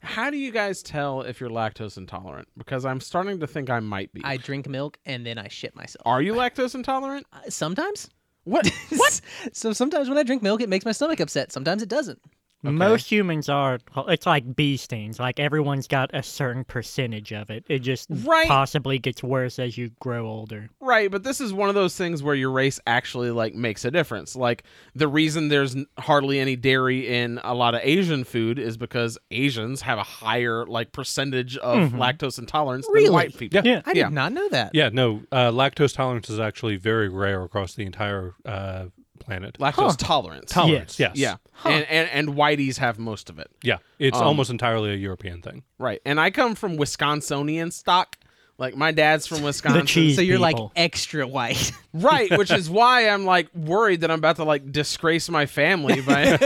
how do you guys tell if you're lactose intolerant? Because I'm starting to think I might be. I drink milk and then I shit myself. Are you lactose intolerant? Uh, Sometimes. What? what? so sometimes when I drink milk, it makes my stomach upset. Sometimes it doesn't. Most humans are. Well, it's like bee stings. Like everyone's got a certain percentage of it. It just Right. possibly gets worse as you grow older. Right, but this is one of those things where your race actually like makes a difference. Like the reason there's n- hardly any dairy in a lot of Asian food is because Asians have a higher like percentage of lactose intolerance Really? than white people. Mm-hmm. Yeah. I did Yeah. not know that. Yeah, no, uh, lactose tolerance is actually very rare across the entire uh, planet. Lactose tolerance. tolerance, yes. Yes. Yeah. And, and and whiteys have most of it. Yeah, Um, it's almost entirely a European thing. Right. And I come from Wisconsinian stock. Like my dad's from Wisconsin. cheese. So you're People. like extra white. Right, which is why I'm like worried that I'm about to like disgrace my family by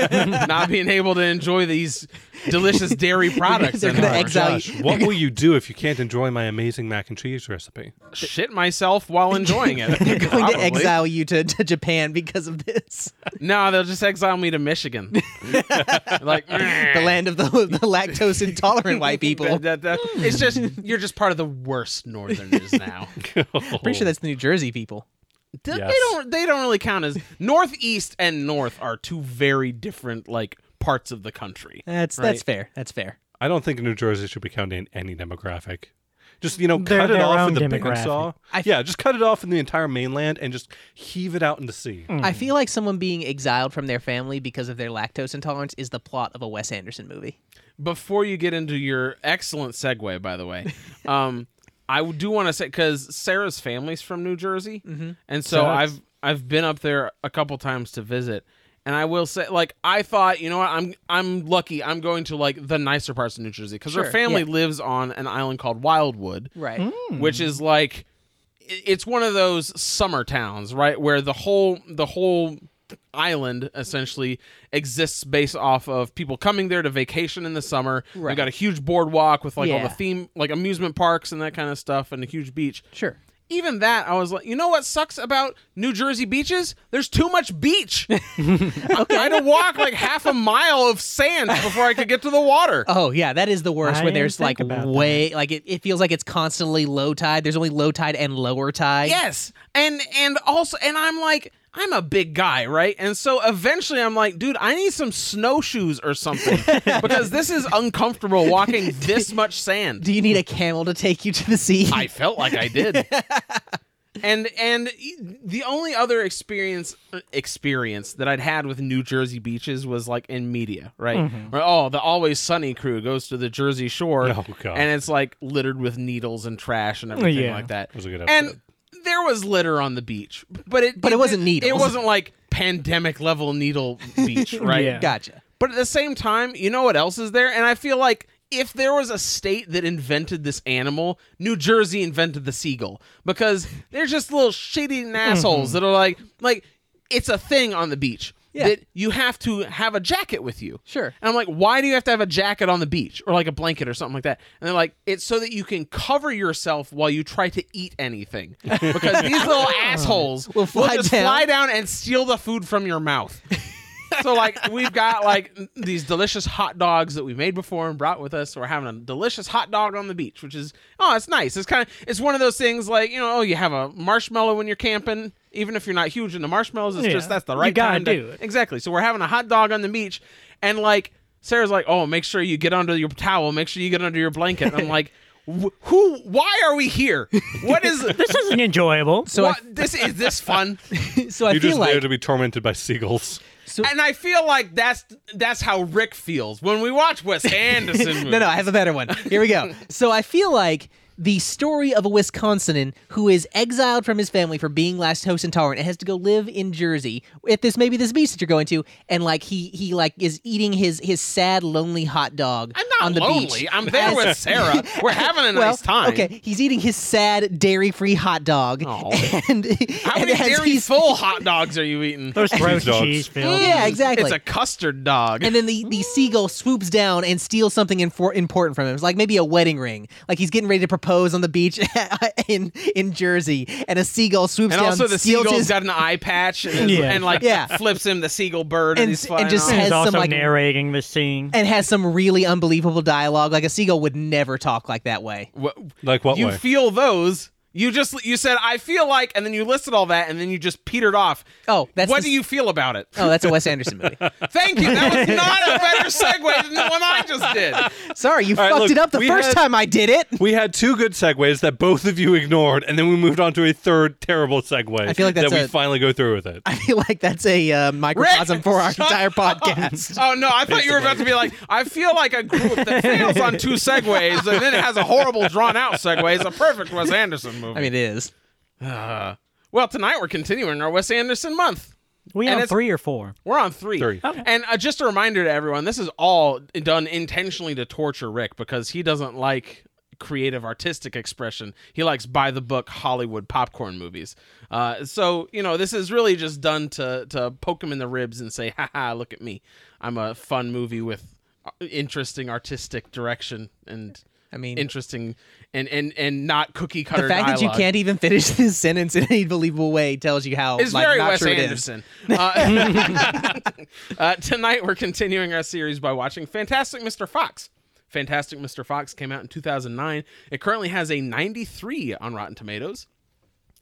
not being able to enjoy these delicious dairy products. They're gonna anymore. exile you. Gosh, what will you do if you can't enjoy my amazing mac and cheese recipe? shit myself while enjoying it. They're going to exile you to, to Japan because of this. No, they'll just exile me to Michigan. like The land of the, the lactose intolerant white people. that- that- that- it's just you're just part of the worst Northerners now. Pretty sure that's the New Jersey people. They- They Yes. don't. They don't really count as Northeast and North are two very different like parts of the country. That's that's fair. That's fair. I don't think New Jersey should be counted in any demographic. Just you know, They're cut it their off own in the demographic. bandsaw. I- yeah, just cut it off in the entire mainland and just heave it out into sea. Mm. I feel like someone being exiled from their family because of their lactose intolerance is the plot of a Wes Anderson movie. Before you get into your excellent segue, by the way, um, I do want to say because Sarah's family's from New Jersey, Mm-hmm. and so I've I've been up there a couple times to visit, and I will say like I thought you know what I'm I'm lucky I'm going to like the nicer parts of New Jersey because her Sure, family yeah. lives on an island called Wildwood, Right. which Hmm. is like i- it's one of those summer towns right where the whole the whole island essentially exists based off of people coming there to vacation in the summer Right. you've got a huge boardwalk with like all Yeah. the theme like amusement parks and that kind of stuff and a huge beach Sure. even that i was like you know what sucks about new jersey beaches there's too much beach i had to walk like half a mile of sand before i could get to the water Oh yeah, that is the worst. I when didn't there's like think about way like it, it feels like it's constantly low tide. There's only low tide and lower tide. Yes. And and also and I'm like I'm a big guy, right? And so eventually I'm like, dude, I need some snowshoes or something because this is uncomfortable walking this much sand. Do you need a camel to take you to the sea? I felt like I did. and and e, the only other experience uh, experience that I'd had with New Jersey beaches was like in media, right? Where oh, the Always Sunny crew goes to the Jersey Shore, Oh, God. and it's like littered with needles and trash and everything yeah. like that. was a good and episode. there was litter on the beach, but it But it wasn't It needles. wasn't like pandemic level needle beach, right? Yeah. gotcha. But at the same time, you know what else is there? And I feel like if there was a state that invented this animal, New Jersey invented the seagull because they're just little shitty assholes that are like, like it's a thing on the beach Mm-hmm. Yeah. that you have to have a jacket with you. Sure. And I'm like, why do you have to have a jacket on the beach or like a blanket or something like that? And they're like, it's so that you can cover yourself while you try to eat anything because these little assholes will fly just down. fly down and steal the food from your mouth. so like we've got like these delicious hot dogs that we made before and brought with us. So we're having a delicious hot dog on the beach, which is oh, it's nice. It's kind of it's one of those things like you know, oh, you have a marshmallow when you're camping, even if you're not huge into marshmallows. It's Yeah. just that's the You right gotta time to- do it. Exactly. So we're having a hot dog on the beach, and like Sarah's like, oh, make sure you get under your towel, make sure you get under your blanket. And I'm like. "Wh- Who? Why are we here? What is This isn't enjoyable. So I, what, this? Is this fun? so I You're feel just there like to be tormented by seagulls. And I feel like that's that's how Rick feels when we watch Wes Anderson. Movies. no, no, I have a better one. Here we go. so I feel like the story of a Wisconsinan who is exiled from his family for being lactose intolerant and has to go live in Jersey at this maybe this beach that you're going to, and like he he like is eating his his sad lonely hot dog I'm not on the lonely. beach. I'm there as- with Sarah. We're having a nice time. Okay, he's eating his sad dairy-free hot dog, Aw. and How and many as dairy he's- full hot dogs are you eating? Those roast dogs. cheese filled. Yeah, exactly. It's a custard dog. And then the, the seagull swoops down and steals something infor- important from him. It's like maybe a wedding ring. Like he's getting ready to propose on the beach in in Jersey, and a seagull swoops And down, also the steals seagull's his- got an eye patch and, is- Yeah. and like Yeah. flips him the seagull bird and, And he's s- and flying just off. has He's some, also like- narrating the scene. and has some really unbelievable dialogue. Like a seagull would never talk like that way. What- Like what you way? feel those. You just you said I feel like, and then you listed all that, and then you just petered off. Oh, that's what the- do you feel about it? Oh, that's a Wes Anderson movie. Thank you. That was not a better segue than the one I just did. Sorry, you right, fucked look, it up the we first had- time I did it. we had two good segues that both of you ignored, and then we moved on to a third terrible segue. I feel like that's that we a- finally go through with it. I feel like that's a uh, microcosm for our shut entire up. podcast. Oh no, I thought you were about to be like, I feel like a group that fails on two segues and then it has a horrible drawn out segue. It's a perfect Wes Anderson movie. I mean, it is. Uh, well, tonight we're continuing our Wes Anderson month. we and have it's- three or four. We're on three. Three. And uh, just a reminder to everyone, this is all done intentionally to torture Rick because he doesn't like creative artistic expression. He likes by the book Hollywood popcorn movies. Uh, so, you know, this is really just done to, to poke him in the ribs and say, "Ha ha, look at me. I'm a fun movie with uh, interesting artistic direction and I mean, interesting and, and, and not cookie cutter the fact that you dialogue." can't even finish this sentence in any believable way tells you how It's like, very not Wes true it is. Anderson. Uh, uh, tonight we're continuing our series by watching Fantastic Mr. Fox. Fantastic Mr. Fox came out in 2009. It currently has a 93 on Rotten Tomatoes.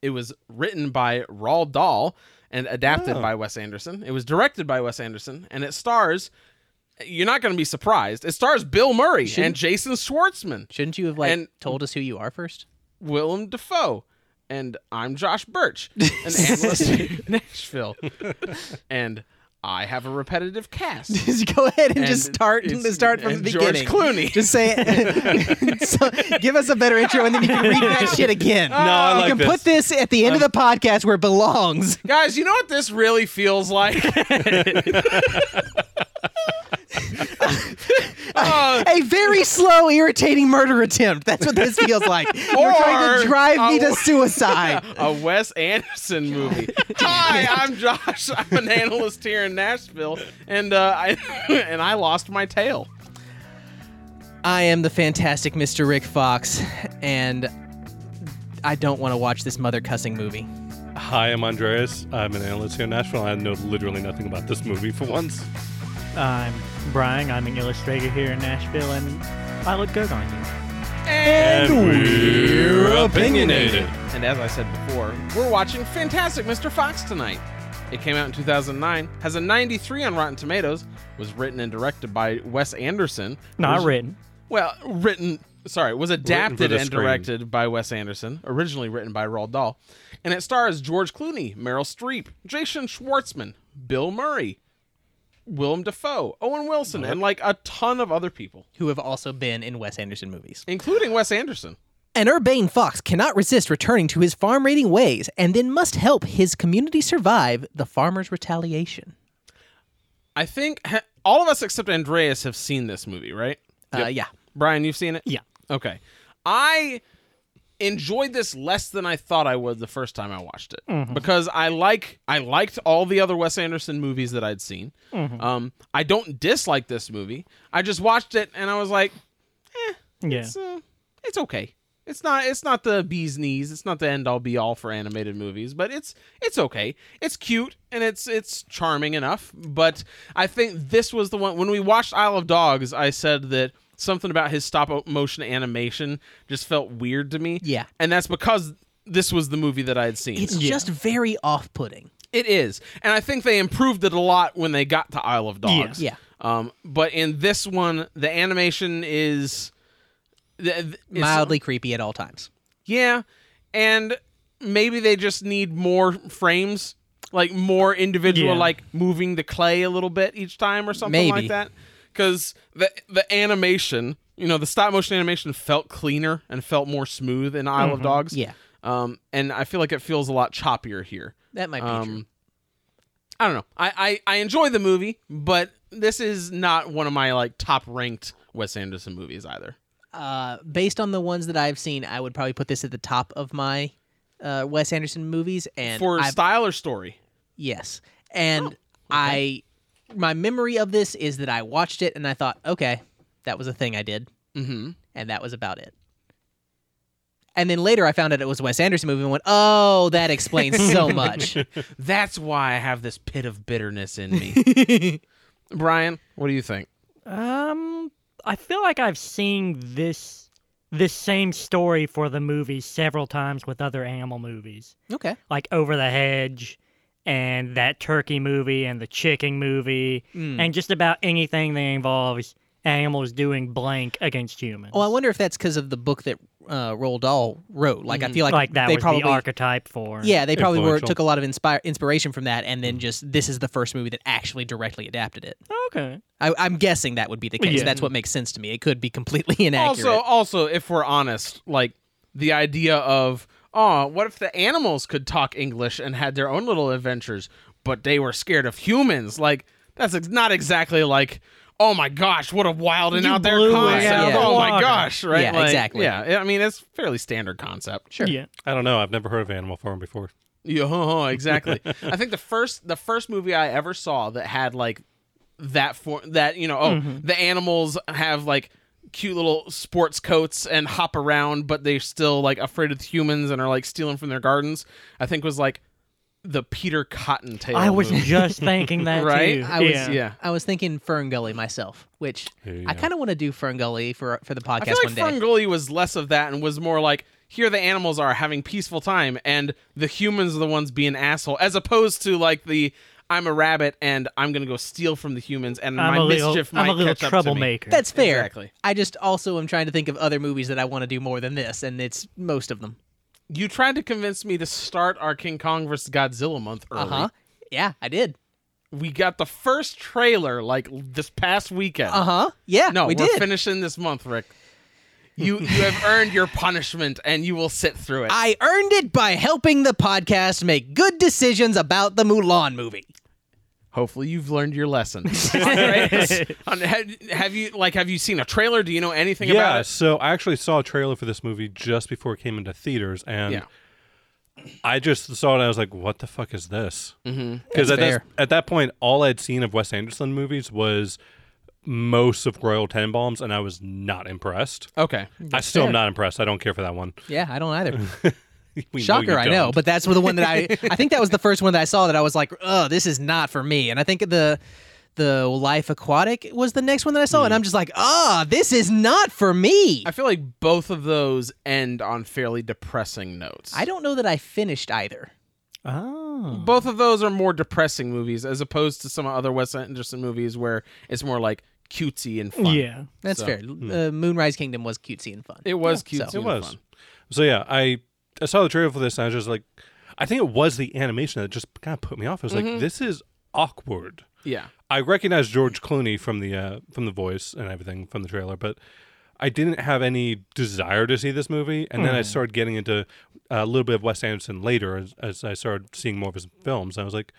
It was written by Raul Dahl and adapted Oh. by Wes Anderson. It was directed by Wes Anderson and it stars you're not going to be surprised. It stars Bill Murray and Jason Schwartzman. Shouldn't you have like And- told us who you are first? Willem Dafoe. And I'm Josh Birch, an analyst in Nashville. And I have a repetitive cast. Just go ahead and, just And start it's- start from and the George beginning. Clooney. Just say it. so, give us a better intro, and then you can read that shit again. No, I like You can this. put this at the end of the podcast where it belongs. Guys, you know what this really feels like? Uh, A very slow, irritating murder attempt. That's what this feels like. You're trying Or to drive me a- to suicide. a Wes Anderson movie. Hi, I'm Josh. I'm an analyst here in Nashville, and uh, I and I lost my tail. I am the fantastic Mr. Rick Fox, and I don't want to watch this mother cussing movie. Hi, I'm Andreas. I'm an analyst here in Nashville. I know literally nothing about this movie for once. I'm Brian. I'm an illustrator here in Nashville, and I look good on you. And we're opinionated. And as I said before, we're watching Fantastic Mr. Fox tonight. It came out in 2009, has a 93 on Rotten Tomatoes, was written and directed by Wes Anderson. Not was- written. Well, written, sorry, was for adapted the and screen. directed by Wes Anderson, originally written by Roald Dahl. And it stars George Clooney, Meryl Streep, Jason Schwartzman, Bill Murray, Willem Dafoe, Owen Wilson, and like a ton of other people, Who have also been in Wes Anderson movies. including Wes Anderson. An urbane fox cannot resist returning to his farm raiding ways and then must help his community survive the farmer's retaliation. I think ha- all of us except Andreas have seen this movie, right? Uh, yeah. Brian, you've seen it? Yeah. Okay. I enjoyed this less than I thought I would the first time I watched it because I like I liked all the other Wes Anderson movies that I'd seen. Um, I don't dislike this movie. I just watched it and I was like, Yeah. it's, uh, it's okay. It's not it's not the bee's knees. It's not the end all be all for animated movies, but it's it's okay. It's cute and it's it's charming enough. But I think this was the one when we watched Isle of Dogs. I said that something about his stop o- motion animation just felt weird to me. Yeah. and that's because this was the movie that I had seen. It's just very off putting. It is, and I think they improved it a lot when they got to Isle of Dogs. Yeah. Um, but in this one, the animation is. th- th- it's- Mildly creepy at all times. yeah, and maybe they just need more frames, like more individual, Yeah. like moving the clay a little bit each time or something like Maybe. that. Because the the animation, you know, the stop motion animation felt cleaner and felt more smooth in Isle of Dogs. Mm-hmm. Yeah. um, and I feel like it feels a lot choppier here. That might be true. Um, I don't know. I, I I enjoy the movie, but this is not one of my like top ranked Wes Anderson movies either. Uh, based on the ones that I've seen, I would probably put this at the top of my uh, Wes Anderson movies. And For I've style or story, Yes. Oh, And I my memory of this is that I watched it and I thought, okay, that was a thing I did. hmm And that was about it. And then later I found out it was a Wes Anderson movie and went, oh, that explains so much. That's why I have this pit of bitterness in me. Brian, what do you think? Um, I feel like I've seen this this same story for the movie several times with other animal movies, okay. like Over the Hedge, and that turkey movie, and the chicken movie, Hmm. and just about anything that involves animals doing blank against humans. Oh, Well, Oh, I wonder if that's because of the book that uh, Roald Dahl wrote. Like, I feel like, Mm, like, that they was probably the archetype for. yeah they probably were Influential. took a lot of inspire inspiration from that, and then just this is the first movie that actually directly adapted it. Oh, Okay. I, I'm guessing that would be the case. Yeah. That's what makes sense to me. It could be completely inaccurate. Also, also, if we're honest, like the idea of oh, what if the animals could talk English and had their own little adventures, but they were scared of humans? Like that's ex- not exactly like oh my gosh, what a wild and You out there blew it concept! out of the Oh my water. gosh, right? Yeah, Like, exactly. Yeah, I mean it's fairly standard concept. Sure. Yeah. I don't know. I've never heard of Animal Farm before. Yeah, huh, huh, exactly. I think the first the first movie I ever saw that had like that for that you know oh Mm-hmm. the animals have like cute little sports coats and hop around but they're still like afraid of humans and are like stealing from their gardens. I think was like the Peter Cottontail. I was movie. just thinking that Right? too. I was yeah. I was thinking Fern Gully myself, which There you I go. kind of want to do Fern Gully for for the I podcast feel like one day. Ferngully was less of that and was more like here the animals are having peaceful time and the humans are the ones being asshole as opposed to like the I'm a rabbit and I'm gonna go steal from the humans and I'm my a little, mischief I'm might a little catch up to me. troublemaker. That's fair. Exactly. I just also am trying to think of other movies that I want to do more than this, and it's most of them. You tried to convince me to start our King Kong versus Godzilla month early. Uh huh. Uh-huh. Yeah, I did. We got the first trailer like this past weekend. Uh-huh. Uh huh. Yeah, Uh-huh. No, we are did. finishing this month, Rick. You you have earned your punishment and you will sit through it. I earned it by helping the podcast make good decisions about the Mulan movie. Hopefully, you've learned your lesson. On trailers- on- have, have you like have you seen a trailer? Do you know anything Yeah, about it? so I actually saw a trailer for this movie just before it came into theaters, and Yeah. I just saw it and I was like, what the fuck is this? Because That's at, fair. that, at that point, all I'd seen of Wes Anderson movies was most of Royal Tenenbaums, and I was not impressed. Okay. I still Oh, fair. am not impressed. I don't care for that one. Yeah, I don't either. We Shocker, you I know, don't. but that's the one that I I think that was the first one that I saw that I was like, oh, this is not for me. And I think the the Life Aquatic was the next one that I saw, and I'm just like, ah, this is not for me. Hmm. I feel like both of those end on fairly depressing notes. I don't know that I finished either. Hmm. Oh. both of those are more depressing movies as opposed to some other Wes Anderson movies where it's more like cutesy and fun. Yeah. That's So, hmm. fair. Uh, Moonrise Kingdom was cutesy and fun. It was Yeah, cutesy. so- It and was. fun. So yeah, I I saw the trailer for this and I was just like, I think it was the animation that just kind of put me off. I was like, this is awkward. Yeah. I recognized George Clooney from the uh, from the voice and everything from the trailer, but I didn't have any desire to see this movie. And then I started getting into uh, a little bit of Wes Anderson later as, as I started seeing more of his films. I was like,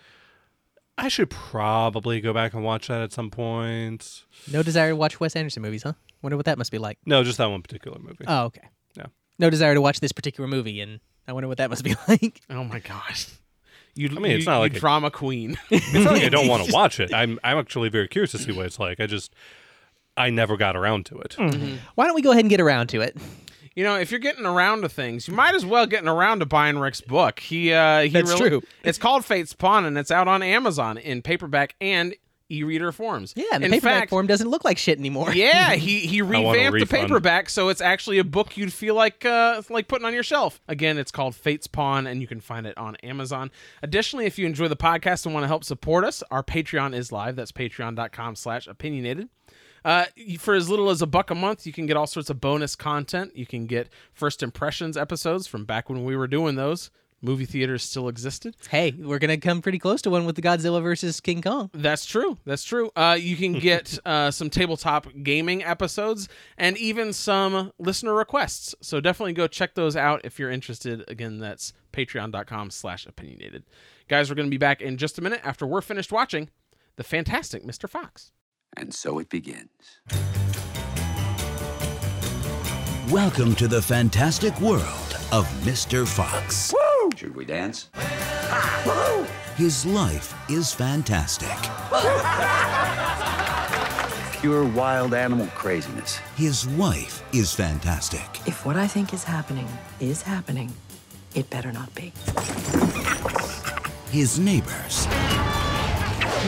I should probably go back and watch that at some point. No desire to watch Wes Anderson movies, huh? Wonder what that must be like. No, just that one particular movie. Oh, okay. Yeah. No desire to watch this particular movie, and I wonder what that must be like. Oh my gosh. You, I mean, it's not like a- drama queen. It's not like I don't want to watch it. I'm I'm actually very curious to see what it's like. I just I never got around to it. Why don't we go ahead and get around to it? You know, if you're getting around to things, you might as well getting around to buying Rick's book. He, uh, he That's really- true. It's called Fate's Pawn, and it's out on Amazon in paperback and e-reader forms. Yeah, and the in paperback fact, form doesn't look like shit anymore. Yeah, he he want a revamped the refund. paperback, so it's actually a book you'd feel like uh, like putting on your shelf. Again, it's called Fate's Pawn, and you can find it on Amazon. Additionally, if you enjoy the podcast and want to help support us, our Patreon is live. That's patreon.com slash opinionated. Uh, you- for as little as a buck a month, you can get all sorts of bonus content. You can get first impressions episodes from back when we were doing those. Movie theaters still existed. Hey, we're gonna come pretty close to one with the Godzilla versus King Kong. That's true. That's true. Uh, you can get uh, some tabletop gaming episodes and even some listener requests. So definitely go check those out if you're interested. Again, that's patreon.com slash opinionated. Guys, we're going to be back in just a minute after we're finished watching The Fantastic Mr. Fox. And so it begins. Welcome to the fantastic world of Mr. Fox. Should we dance? His life is fantastic. pure wild animal craziness. His wife is fantastic. If what I think is happening is happening, it better not be. His neighbors,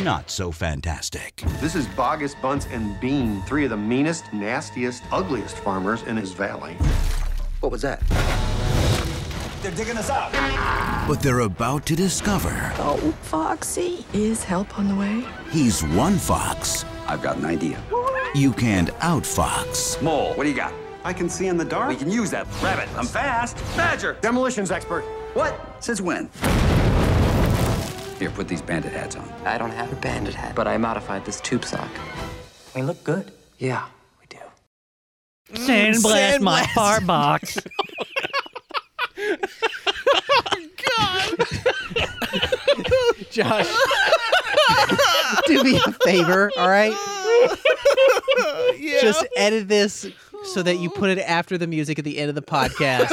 not so fantastic. This is Bogus, Bunce, and Bean, three of the meanest, nastiest, ugliest farmers in his valley. What was that? But they're about to discover Oh, Foxy. Is help on the way? he's one fox I've got an idea. you can't outfox. Mole, what do you got? I can see in the We dark. can use that. Rabbit, I'm fast. Badger. Demolitions expert. What? Since when? Here, put these bandit hats on. I don't have a bandit hat, but I modified this tube sock. We look good. Yeah, we do. Mm, Sandblast my Sandblast. far box. Josh, do me a favor, all right? Just edit this so that you put it after the music at the end of the podcast,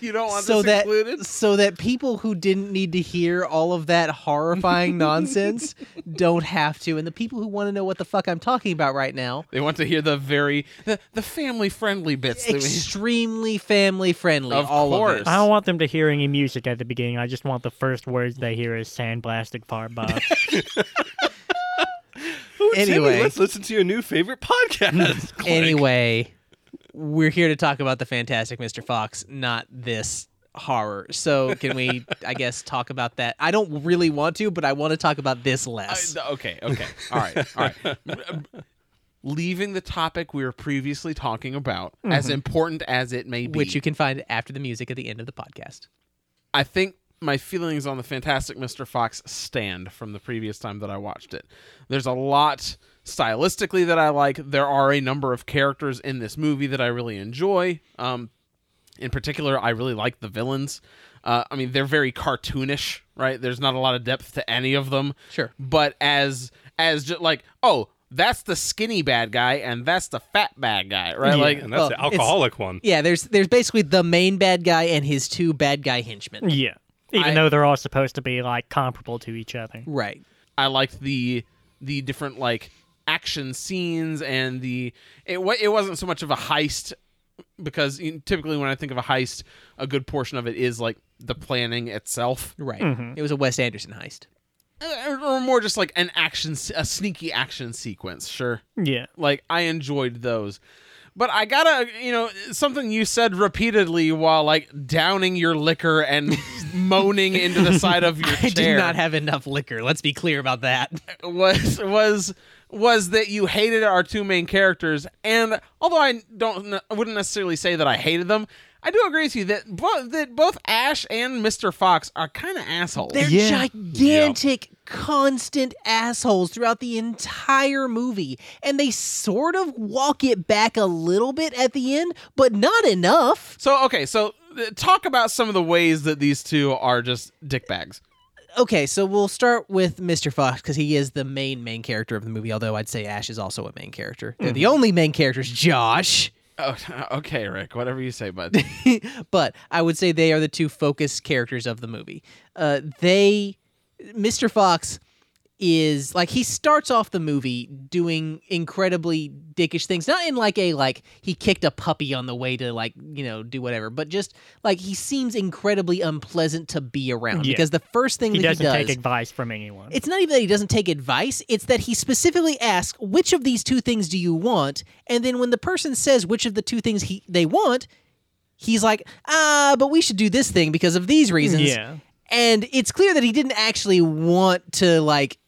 You don't want so this that Oh, included? so that people who didn't need to hear all of that horrifying nonsense don't have to, and the people who want to know what the fuck I'm talking about right now, They want to hear the very the, the family friendly bits. That we, extremely family friendly. Of all course. of I don't want them to hear any music at the beginning. I just want the first words they hear is sandblasted far box. Ooh, Timmy, Anyway. let's listen to your new favorite podcast. Click. Anyway, we're here to talk about the Fantastic Mr. Fox, not this horror. So can we, I guess, talk about that? I don't really want to, but I want to talk about this I- less. okay, okay, all right, all right. Leaving the topic we were previously talking about, as important as it may be, Mm-hmm. which you can find after the music at the end of the podcast. I think my feelings on the Fantastic Mr. Fox stand from the previous time that I watched it. There's a lot stylistically that I like. There are a number of characters in this movie that I really enjoy. Um, in particular, I really like the villains. Uh, I mean, they're very cartoonish, right? There's not a lot of depth to any of them. Sure. But as as just like, oh, that's the skinny bad guy and that's the fat bad guy, right? like and that's well, the it's- alcoholic one. Yeah, there's there's basically the main bad guy and his two bad guy henchmen. yeah. Even I- though they're all supposed to be like comparable to each other. Right. I liked the the different like action scenes and the it wa- it wasn't so much of a heist because you know, typically when I think of a heist, a good portion of it is like the planning itself, Right. It was a Wes Anderson heist. Uh, or more just like an action s- a sneaky action sequence. Sure, Yeah. like I enjoyed those. But I gotta, you know, something you said repeatedly while like downing your liquor and moaning into the side of your I chair. did not have enough liquor. Let's be clear about that. was was was that you hated our two main characters and although I don't I wouldn't necessarily say that I hated them I do agree with you that both that both Ash and Mr. Fox are kind of assholes. They're gigantic, constant assholes throughout the entire movie. And they sort of walk it back a little bit at the end, but not enough. so okay, so uh, talk about some of the ways that these two are just dickbags. Okay, so we'll start with Mr. Fox because he is the main main character of the movie, although I'd say Ash is also a main character. They're the only main characters, Josh. Oh, okay, Rick, whatever you say, bud. but I would say they are the two focus characters of the movie. Uh, they, Mr. Fox, is like he starts off the movie doing incredibly dickish things, not in like a like he kicked a puppy on the way to like you know do whatever, but just like he seems incredibly unpleasant to be around Yeah. because the first thing He that he doesn't does take advice from anyone. it's not even that he doesn't take advice, it's that he specifically asks, which of these two things do you want? And then when the person says which of the two things he they want, he's like, ah, but we should do this thing because of these reasons. Yeah. And it's clear that he didn't actually want to like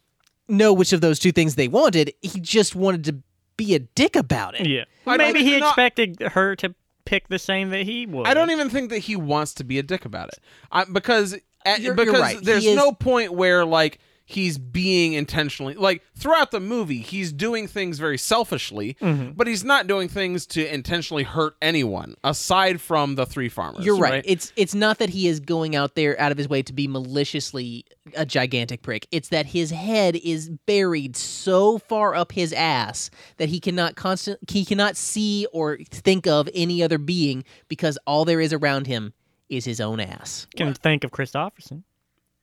know which of those two things they wanted. He just wanted to be a dick about it. Yeah. I don't Maybe he even know- expected her to pick the same that he would. I don't even think that he wants to be a dick about it. I, because at, You're- you're because right. He there's is- no point where like he's being intentionally like throughout the movie he's doing things very selfishly, Mm-hmm. but he's not doing things to intentionally hurt anyone aside from the three farmers. You're right. It's it's not that he is going out there out of his way to be maliciously a gigantic prick. It's that his head is buried so far up his ass that he cannot constant he cannot see or think of any other being because all there is around him is his own ass. can think of Christofferson.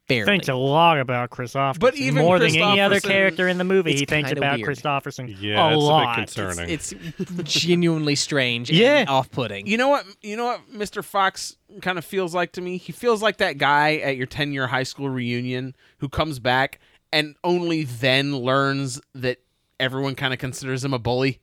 barely. thinks a lot about Christopherson. But even more than any other Christopherson- character in the movie, he It's thinks kinda about weird. Christopherson Yeah, a it's lot. a bit concerning. It's genuinely strange. Yeah. and off-putting. You know what? You know what? Mr. Fox kind of feels like to me. He feels like that guy at your ten-year high school reunion who comes back and only then learns that everyone kind of considers him a bully.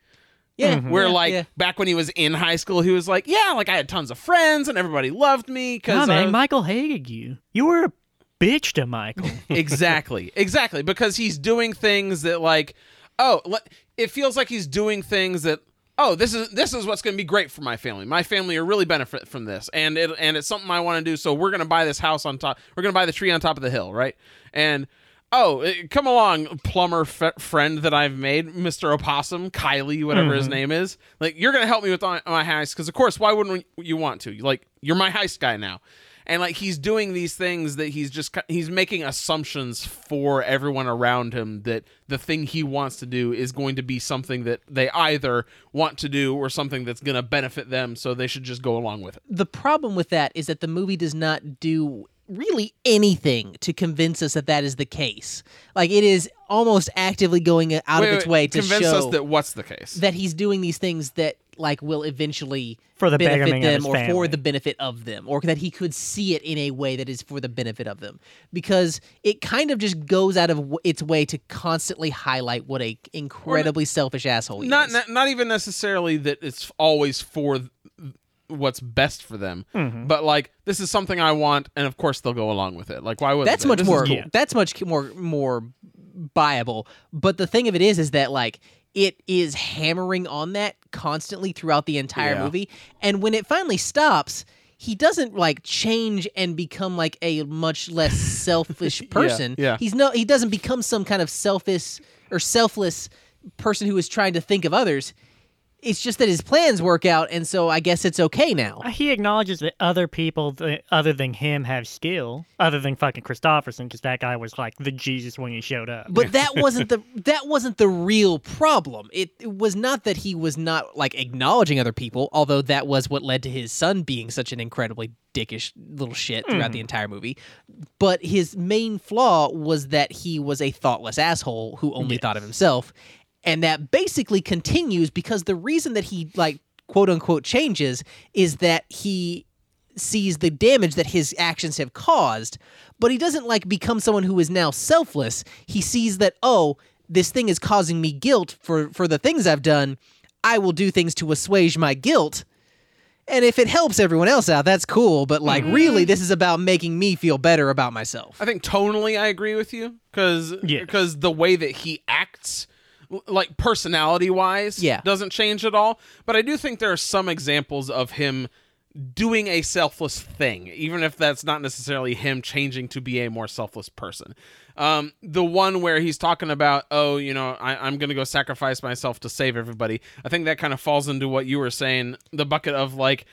Mm-hmm. Yeah, Where yeah, like yeah. back when he was in high school, he was like, "Yeah, like I had tons of friends and everybody loved me." Nah, Because uh, man, Michael hated you. You were a bitch to Michael. exactly, exactly. Because he's doing things that like, oh, le- it feels like he's doing things that. Oh, this is this is what's going to be great for my family. My family are really benefit from this, and it and it's something I want to do. So we're going to buy this house on top. We're going to buy the tree on top of the hill, right? And oh, eh, come along, plumber f- friend that I've made, Mister Opossum, Kylie, whatever his Mm-hmm. name is. Like you're going to help me with my, my house because, of course, why wouldn't you want to? Like you're my heist guy now and like he's doing these things that he's just ki- he's making assumptions for everyone around him that the thing he wants to do is going to be something that they either want to do or something that's going to benefit them so they should just go along with it the problem with that is that the movie does not do really anything to convince us that that is the case. Like it is almost actively going out of its way to convince show us that what's the case that he's doing these things that like will eventually For the benefit betterment of them his or for family. the benefit of them or that he could see it in a way that is for the benefit of them because it kind of just goes out of w- its way to constantly highlight what a incredibly selfish asshole he not, is. not not even necessarily that it's always for th- what's best for them Mm-hmm. but like this is something i want and of course they'll go along with it like why would that's they? much This is more cool. that's much more more buyable but the thing of it is is that like it is hammering on that constantly throughout the entire Yeah. movie and when it finally stops he doesn't like change and become like a much less selfish person yeah. he's no he doesn't become some kind of selfish or selfless person who is trying to think of others it's just that his plans work out and so i guess it's okay now he acknowledges that other people th- other than him have skill, other than fucking Christopherson, because that guy was like the Jesus when he showed up. but that wasn't the that wasn't the real problem. It, it was not that he was not like acknowledging other people, although that was what led to his son being such an incredibly dickish little shit throughout the entire movie. But his main flaw was that he was a thoughtless asshole who only thought of himself, and that basically continues because the reason that he like quote unquote changes is that he sees the damage that his actions have caused, but he doesn't like become someone who is now selfless. He sees that, oh, this thing is causing me guilt for, for the things I've done. I will do things to assuage my guilt. And if it helps everyone else out, that's cool. But like, really, this is about making me feel better about myself. I think tonally I agree with you because Yes. the way that he acts l- like personality wise Yeah. doesn't change at all but I do think there are some examples of him doing a selfless thing even if that's not necessarily him changing to be a more selfless person um, the one where he's talking about oh you know I, i'm gonna go sacrifice myself to save everybody i think that kind of falls into what you were saying the bucket of like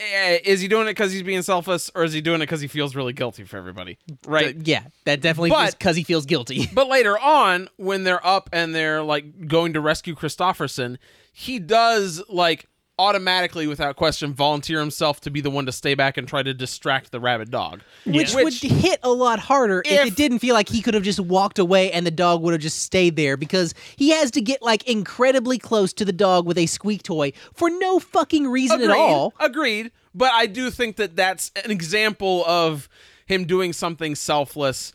eh, is he doing it because he's being selfless or is he doing it because he feels really guilty for everybody right Yeah, that definitely But- because he feels guilty. but later on, when they're up and they're like going to rescue Christofferson, he does like automatically, without question, volunteer himself to be the one to stay back and try to distract the rabid dog. Which, would hit a lot harder if, If- it didn't feel like he could have just walked away and the dog would have just stayed there because he has to get like incredibly close to the dog with a squeak toy for no fucking reason agreed, at all. Agreed. But I do think that that's an example of him doing something selfless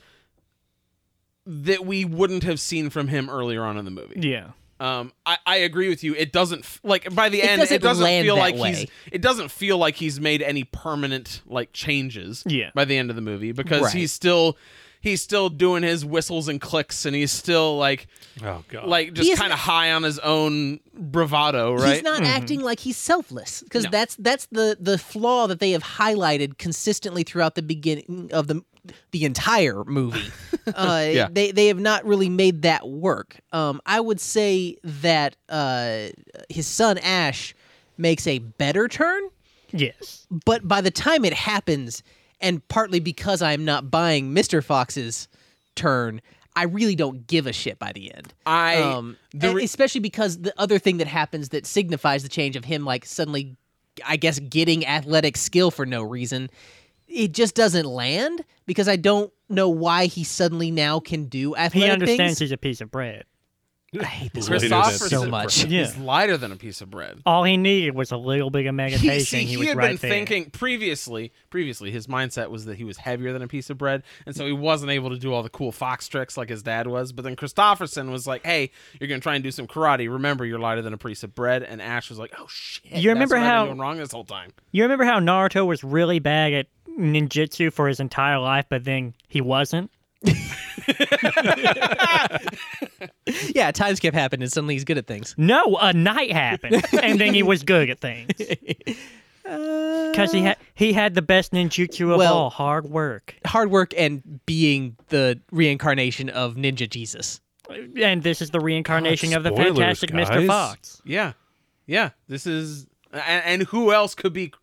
that we wouldn't have seen from him earlier on in the movie. yeah. Um, I, I agree with you. It doesn't f- like by the It end doesn't it doesn't land feel that like way. he's it doesn't feel like he's made any permanent like changes Yeah. by the end of the movie because Right. he's still he's still doing his whistles and clicks and he's still like Oh god. like He just isn't- kind of high on his own bravado, right? He's not acting like he's selfless because that's that's the the flaw that they have highlighted consistently throughout the beginning of the the entire movie. Uh, Yeah. They they have not really made that work. Um, I would say that uh, his son Ash makes a better turn. Yes. but by the time it happens, and partly because I'm not buying Mr. Fox's turn, I really don't give a shit by the end. I um, the and re- especially because the other thing that happens that signifies the change of him, like suddenly, I guess, getting athletic skill for no reason, it just doesn't land because I don't know why he suddenly now can do He athletic understands things. he's a piece of bread. I hate this Later, Christopher that's so much. Yeah. He's lighter than a piece of bread. All he needed was a little bit of He, meditation. see, he, he, was had right been there. thinking previously. Previously, his mindset was that he was heavier than a piece of bread, and so he wasn't able to do all the cool fox tricks like his dad was. But then Christopherson was like, "Hey, you're gonna try and do some karate. Remember, you're lighter than a piece of bread." And Ash was like, "Oh shit, You remember that's what I've how- been doing wrong this whole time?" You remember how Naruto was really bad at ninjutsu for his entire life, but then he wasn't? Yeah, a time skip happened and suddenly he's good at things. No, a night happened, and then he was good at things. Because he had he had the best ninjutsu of Uh, Well- all, hard work, Hard work and being the reincarnation of Ninja Jesus. and this is the reincarnation of the spoilers, fantastic Mr. guys. Fox. Yeah, yeah. This is and, and who else could be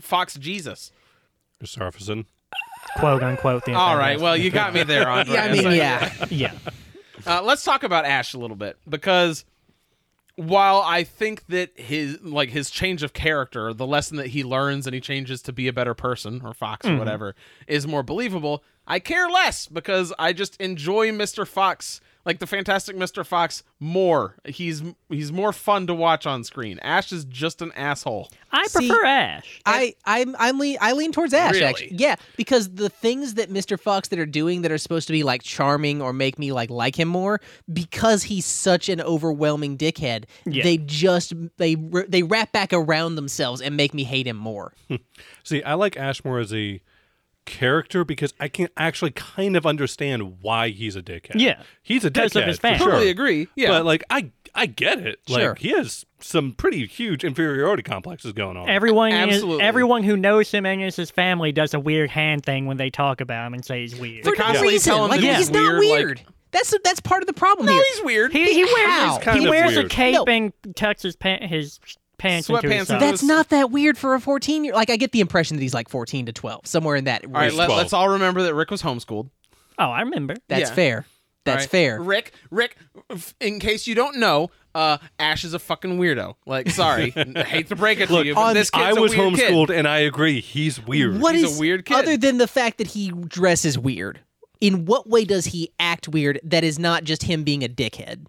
Fox Jesus? Christopherson. quote unquote. The All right, well, you got me there, Andre. Yeah, I It's mean, like- yeah. yeah, Uh, let's talk about Ash a little bit because while I think that his like his change of character, the lesson that he learns and he changes to be a better person or Fox Mm-hmm. or whatever is more believable, I care less because I just enjoy Mr. Fox like the fantastic Mr. Fox more. He's he's more fun to watch on screen. Ash is just an asshole. I See, prefer Ash. I I'm I'm lean I lean towards Ash Really? actually. Yeah, because the things that Mr. Fox that are doing that are supposed to be like charming or make me like like him more because he's such an overwhelming dickhead. Yeah. They just they r- they wrap back around themselves and make me hate him more. See, I like Ashmore as a character because I can actually kind of understand why he's a dickhead. Yeah. he's a Because dickhead. of his fans. For sure. Totally agree. Yeah. but like I, I get it. Sure. Like he has some pretty huge inferiority complexes going on. Everyone is, Absolutely. everyone who knows him and is his family does a weird hand thing when they talk about him and say he's weird. For no constantly reason. tell him Like that he's he's not weird, like- weird. That's that's part of the problem here. he's weird. He, he How? wears He's kind he of wears a weird. cape No. and tucks his pa- his pants Sweatpants into his into socks. That's not that weird for a 14 year like I get the impression that he's like 14 to 12 somewhere in that All right, range. let, 12. let's all remember that Rick was homeschooled. Oh, I remember. That's yeah. fair. That's All right. fair. Rick, Rick, f- in case you don't know, uh, Ash is a fucking weirdo. Like, sorry, I hate to break it to you, but on- this kid's I a was weird kid. homeschooled, and I agree he's weird. What is He's a weird kid. Other than the fact that he dresses weird, in what way does he act weird that is not just him being a dickhead?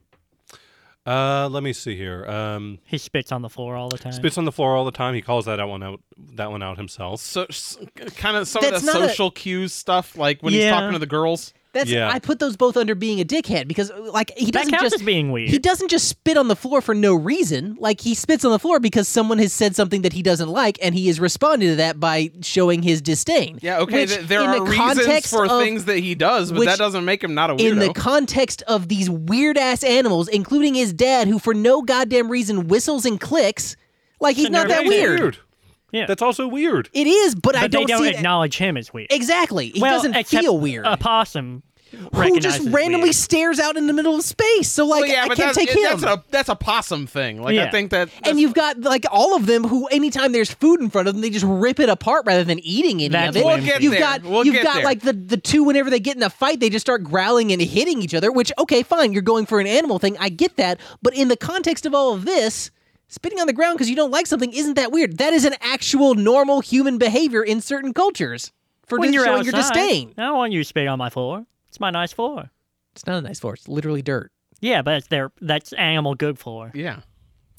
Uh, let me see here. Um, He spits on the floor all the time. spits on the floor all the time. He calls that out one out that one out himself. So, s- kind of some That's of the not a- social cues stuff, like when he's Yeah. talking to the girls. That's Yeah. I put those both under being a dickhead because like he That doesn't counts just as being weird. He doesn't just spit on the floor for no reason. Like he spits on the floor because someone has said something that he doesn't like and he is responding to that by showing his disdain. Yeah, okay. Which, th- there in are the reasons context for of- things that he does, but which- that doesn't make him not a weirdo. in the context of these weird ass animals, including his dad, who for no goddamn reason whistles and clicks. Like he's not that nervous weird. Yeah. That's also weird. It is, but, I but don't, they don't see that- acknowledge him as weird. Exactly, he well, doesn't except feel weird. A possum Who just recognizes randomly weird. stares out in the middle of space? So like, Well, yeah, I but can't that's, take him. that's a that's a possum thing. Like I Yeah. think that and you've got like all of them who, anytime there's food in front of them, they just rip it apart rather than eating any That's of it. We'll get you've there. got We'll you've get got there. like the the two whenever they get in a fight, they just start growling and hitting each other. Which okay, fine, you're going for an animal thing, I get that. But in the context of all of this. Spitting on the ground because you don't like something isn't that weird. That is an actual normal human behavior in certain cultures for just when you're showing your outside, disdain. I don't want you to spit on my floor. It's my nice floor. It's not a nice floor. It's literally dirt. Yeah, but it's their that's animal good floor. yeah.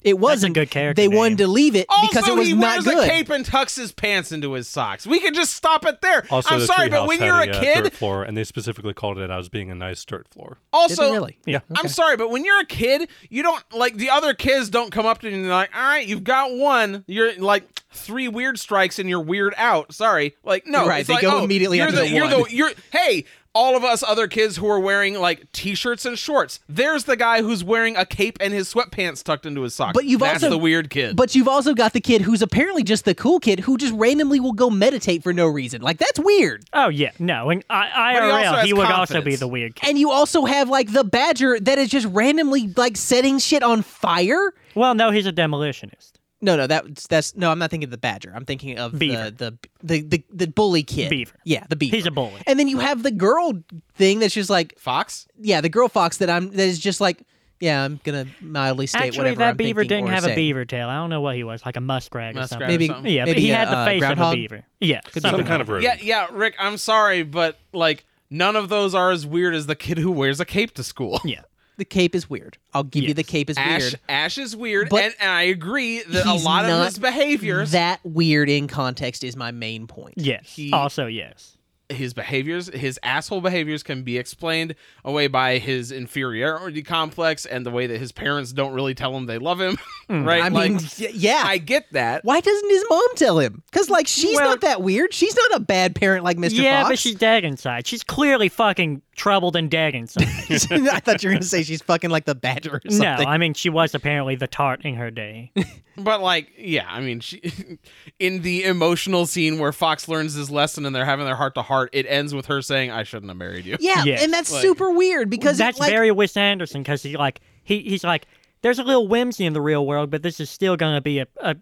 It wasn't good character They name. wanted to leave it because also, it was he not wears a good. cape and tucks his pants into his socks. We can just stop it there. Also, I'm the sorry, but Treehouse when had you're a uh, kid, dirt floor, and they specifically called it out as being a nice dirt floor. Did also they really? Yeah. I'm sorry, but when you're a kid, you don't like the other kids don't come up to you and they're like, "All right, you've got one. You're like three weird strikes and you're weird out." Sorry, like no, Right, It's they like, go oh, immediately you're onto the, the you're one. the you're hey. All of us other kids who are wearing like t-shirts and shorts. There's the guy who's wearing a cape and his sweatpants tucked into his socks. But you've That's also the weird kid. But you've also got the kid who's apparently just the cool kid who just randomly will go meditate for no reason. Like that's weird. Oh yeah, no. And I, But he also IRL, has he, would also confidence. be the weird kid. And you also have like the badger that is just randomly like setting shit on fire. Well, no, he's a demolitionist. No, no, that's that's no. I'm not thinking of the badger. I'm thinking of Beaver. the the the the, the bully kid. Beaver. Yeah, the beaver. He's a bully. And then you have the girl thing that's just like Fox, yeah, the girl fox that I'm that is just like Yeah, I'm gonna mildly state Actually, whatever that I'm beaver thinking didn't or have saying. a beaver tail. I don't know what he was, like a muskrat or Muskrat. something. Maybe, something. Yeah, but maybe he a, had the uh, face of groundhog? a beaver. Yeah, Some something. kind of road. Yeah, yeah, Rick, I'm sorry, but like none of those are as weird as the kid who wears a cape to school. Yeah. The cape is weird. I'll give you the cape is Ash weird. Ash is weird, But and, and I agree that a He's lot of not his behaviors that weird in context is my main point. Yes. He- Also, yes. his behaviors, his asshole behaviors can be explained away by his inferiority complex and the way that his parents don't really tell him they love him. right? Hmm. I like mean, y- yeah. I get that. Why doesn't his mom tell him? Because like she's Well- not that weird. She's not a bad parent like Mr. Yeah, Fox. but she's dead inside. She's clearly fucking troubled and dead inside. I thought you were gonna say she's fucking like the badger or something. no, I mean she was apparently the tart in her day. But like, yeah, I mean, she, in the emotional scene where Fox learns his lesson and they're having their heart to heart, it ends with her saying, "I shouldn't have married you." yeah, Yes, and that's like- super weird because it, That's like, very Wes Anderson because he like he he's like there's a little whimsy in the real world, but this is still gonna be a a,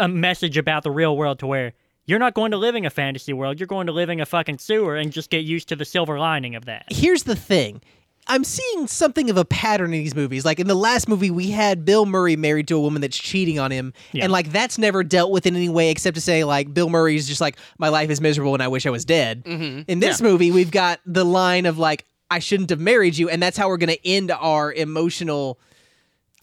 a message about the real world to where. You're not going to living a fantasy world. You're going to living a fucking sewer and just get used to the silver lining of that. here's the thing. I'm seeing something of a pattern in these movies. Like in the last movie, we had Bill Murray married to a woman that's cheating on him, Yeah. and like that's never dealt with in any way except to say like Bill Murray's just like my life is miserable and I wish I was dead. Mm-hmm. In this movie, we've got the line of like I shouldn't have married you, and that's how we're gonna end our emotional.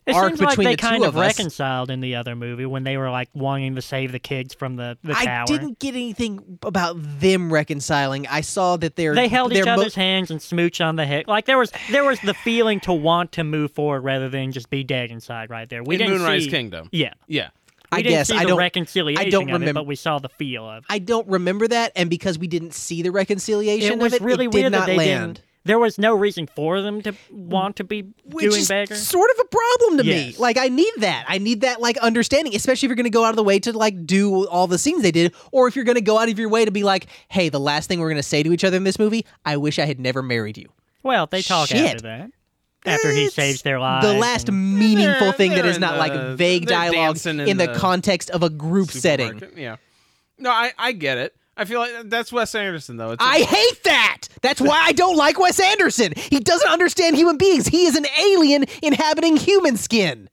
It arc seems between like they the two kind of us. reconciled in the other movie when they were like wanting to save the kids from the, the I tower. didn't get anything about them reconciling. I saw that they're They held each they're mo- other's hands and smooch on the head. Like there was there was the feeling to want to move forward rather than just be dead inside right there. We In didn't Moonrise see- Kingdom. Yeah. Yeah. We I didn't guess see I the don't reconciliation I don't of it, remember. but we saw the feel of it. I don't remember that, and because we didn't see the reconciliation it was of it, really it weird did not that they land. didn't. There was no reason for them to want to be Which doing is beggar. sort of a problem to me. Yes. Like I need that. I need that like understanding, especially if you're going to go out of the way to like do all the scenes they did, or if you're going to go out of your way to be like, "Hey, the last thing we're going to say to each other in this movie, I wish I had never married you." Well, they talk Shit. after that. After he It's saves their lives. the last and- meaningful They're- thing that they're is in not the- like vague they're dialogue dancing in the, the context of a group setting. Supermarket, Yeah. No, I I get it. I feel like that's Wes Anderson though. It's I hate that. That's why I don't like Wes Anderson. He doesn't understand human beings. He is an alien inhabiting human skin.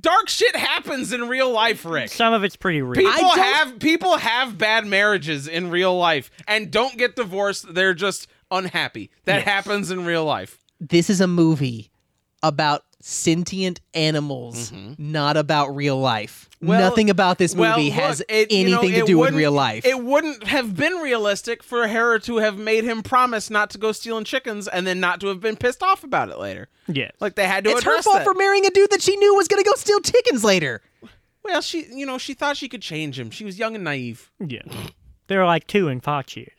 dark shit happens in real life, Rick. some of it's pretty real. People don't- have people have bad marriages in real life and don't get divorced. They're just unhappy. That happens in real life. This is a movie about sentient animals, not about real life. Mm-hmm. Well- Nothing about this movie well, look, has it- you know, anything to it do with wouldn't- real life. It wouldn't have been realistic for Hera to have made him promise not to go stealing chickens and then not to have been pissed off about it later. Yes. Like they had to it's her address fault that. for marrying a dude that she knew was going to go steal chickens later. well, she you know she thought she could change him. She was young and naive. Yeah. There are like two in Fox years.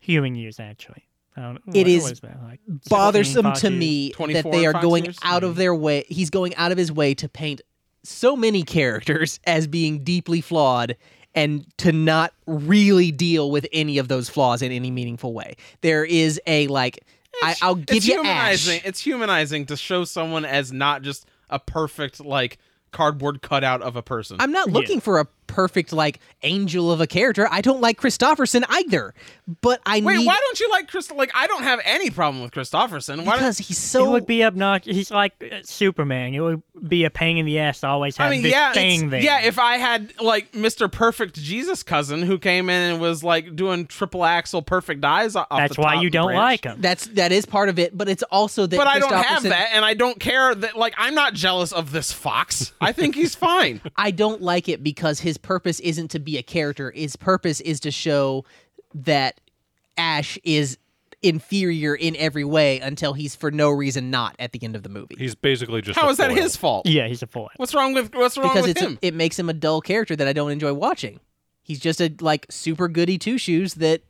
Human years, actually. I don't know. What, is what that, like 16 bothersome Fox to years? me that 24 they are Fox going years? Mm-hmm. out of their way. He's going out of his way to paint so many characters as being deeply flawed and to not really deal with any of those flaws in any meaningful way. There is a like, I, I'll give it's you Ash. humanizing. It's humanizing to show someone as not just a perfect like cardboard cutout of a person. I'm not looking for a perfect like angel of a character. I don't like Christopherson either, but I Wait, need why don't you like Crystal? Like I don't have any problem with Christopherson. Why because he's it so would be obnoxious. He's like uh, Superman. It would be a pain in the ass to always have I mean, this yeah, it's- thing there. yeah. If I had like Mr. Perfect Jesus cousin who came in and was like doing triple axle perfect eyes o- off that's the why top you don't branch. like him. that's that is part of it, but it's also that But I don't have Christopherson- that, and I don't care that. Like I'm not jealous of this fox. I think he's fine. I don't like it because his purpose isn't to be a character. His purpose is to show that Ash is inferior in every way until he's for no reason not at the end of the movie. He's basically just. How a is that foil. his fault? yeah, he's a fool. What's wrong with What's wrong because with it's him? a, it makes him a dull character that I don't enjoy watching. He's just a like super goody two shoes that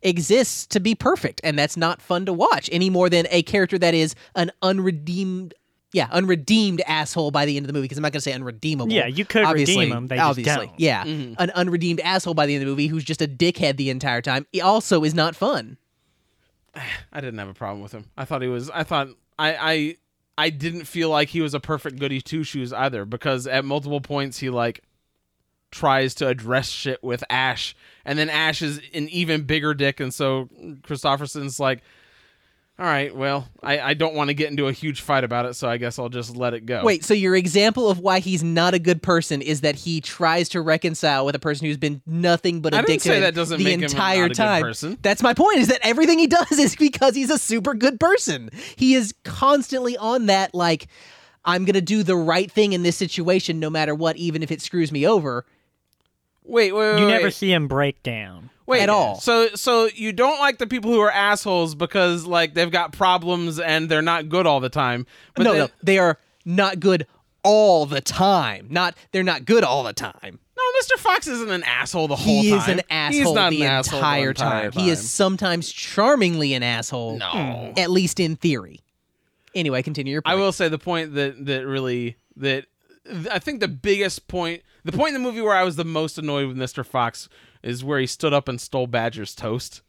exists to be perfect, and that's not fun to watch any more than a character that is an unredeemed. Yeah, unredeemed asshole by the end of the movie because I'm not going to say unredeemable. Yeah, you could obviously, redeem him, they just obviously, don't. Mm-hmm. yeah, an unredeemed asshole by the end of the movie who's just a dickhead the entire time. It also is not fun. I didn't have a problem with him. I thought he was. I thought I I I didn't feel like he was a perfect goody two shoes either because at multiple points he like tries to address shit with Ash, and then Ash is an even bigger dick, and so Christopherson's like. All right. Well, I, I don't want to get into a huge fight about it, so I guess I'll just let it go. Wait, so your example of why he's not a good person is that he tries to reconcile with a person who's been nothing but a I didn't dick to say that doesn't the make him not entire a good time. person. That's my point. Is that everything he does is because he's a super good person. He is constantly on that like, I'm gonna do the right thing in this situation no matter what, even if it screws me over. Wait. Wait. wait You never wait. see him break down. Wait, at all. So so you don't like the people who are assholes because like they've got problems and they're not good all the time. But no, they- no, they are not good all the time. Not they're not good all the time. no, Mr. Fox isn't an asshole the whole He time. is an asshole He's not the, an entire asshole the time. He is sometimes charmingly an asshole. No. At least in theory. Anyway, continue your point. I will say the point that that really that th- I think the biggest point, the point in the movie where I was the most annoyed with Mr. Fox is where he stood up and stole Badger's toast.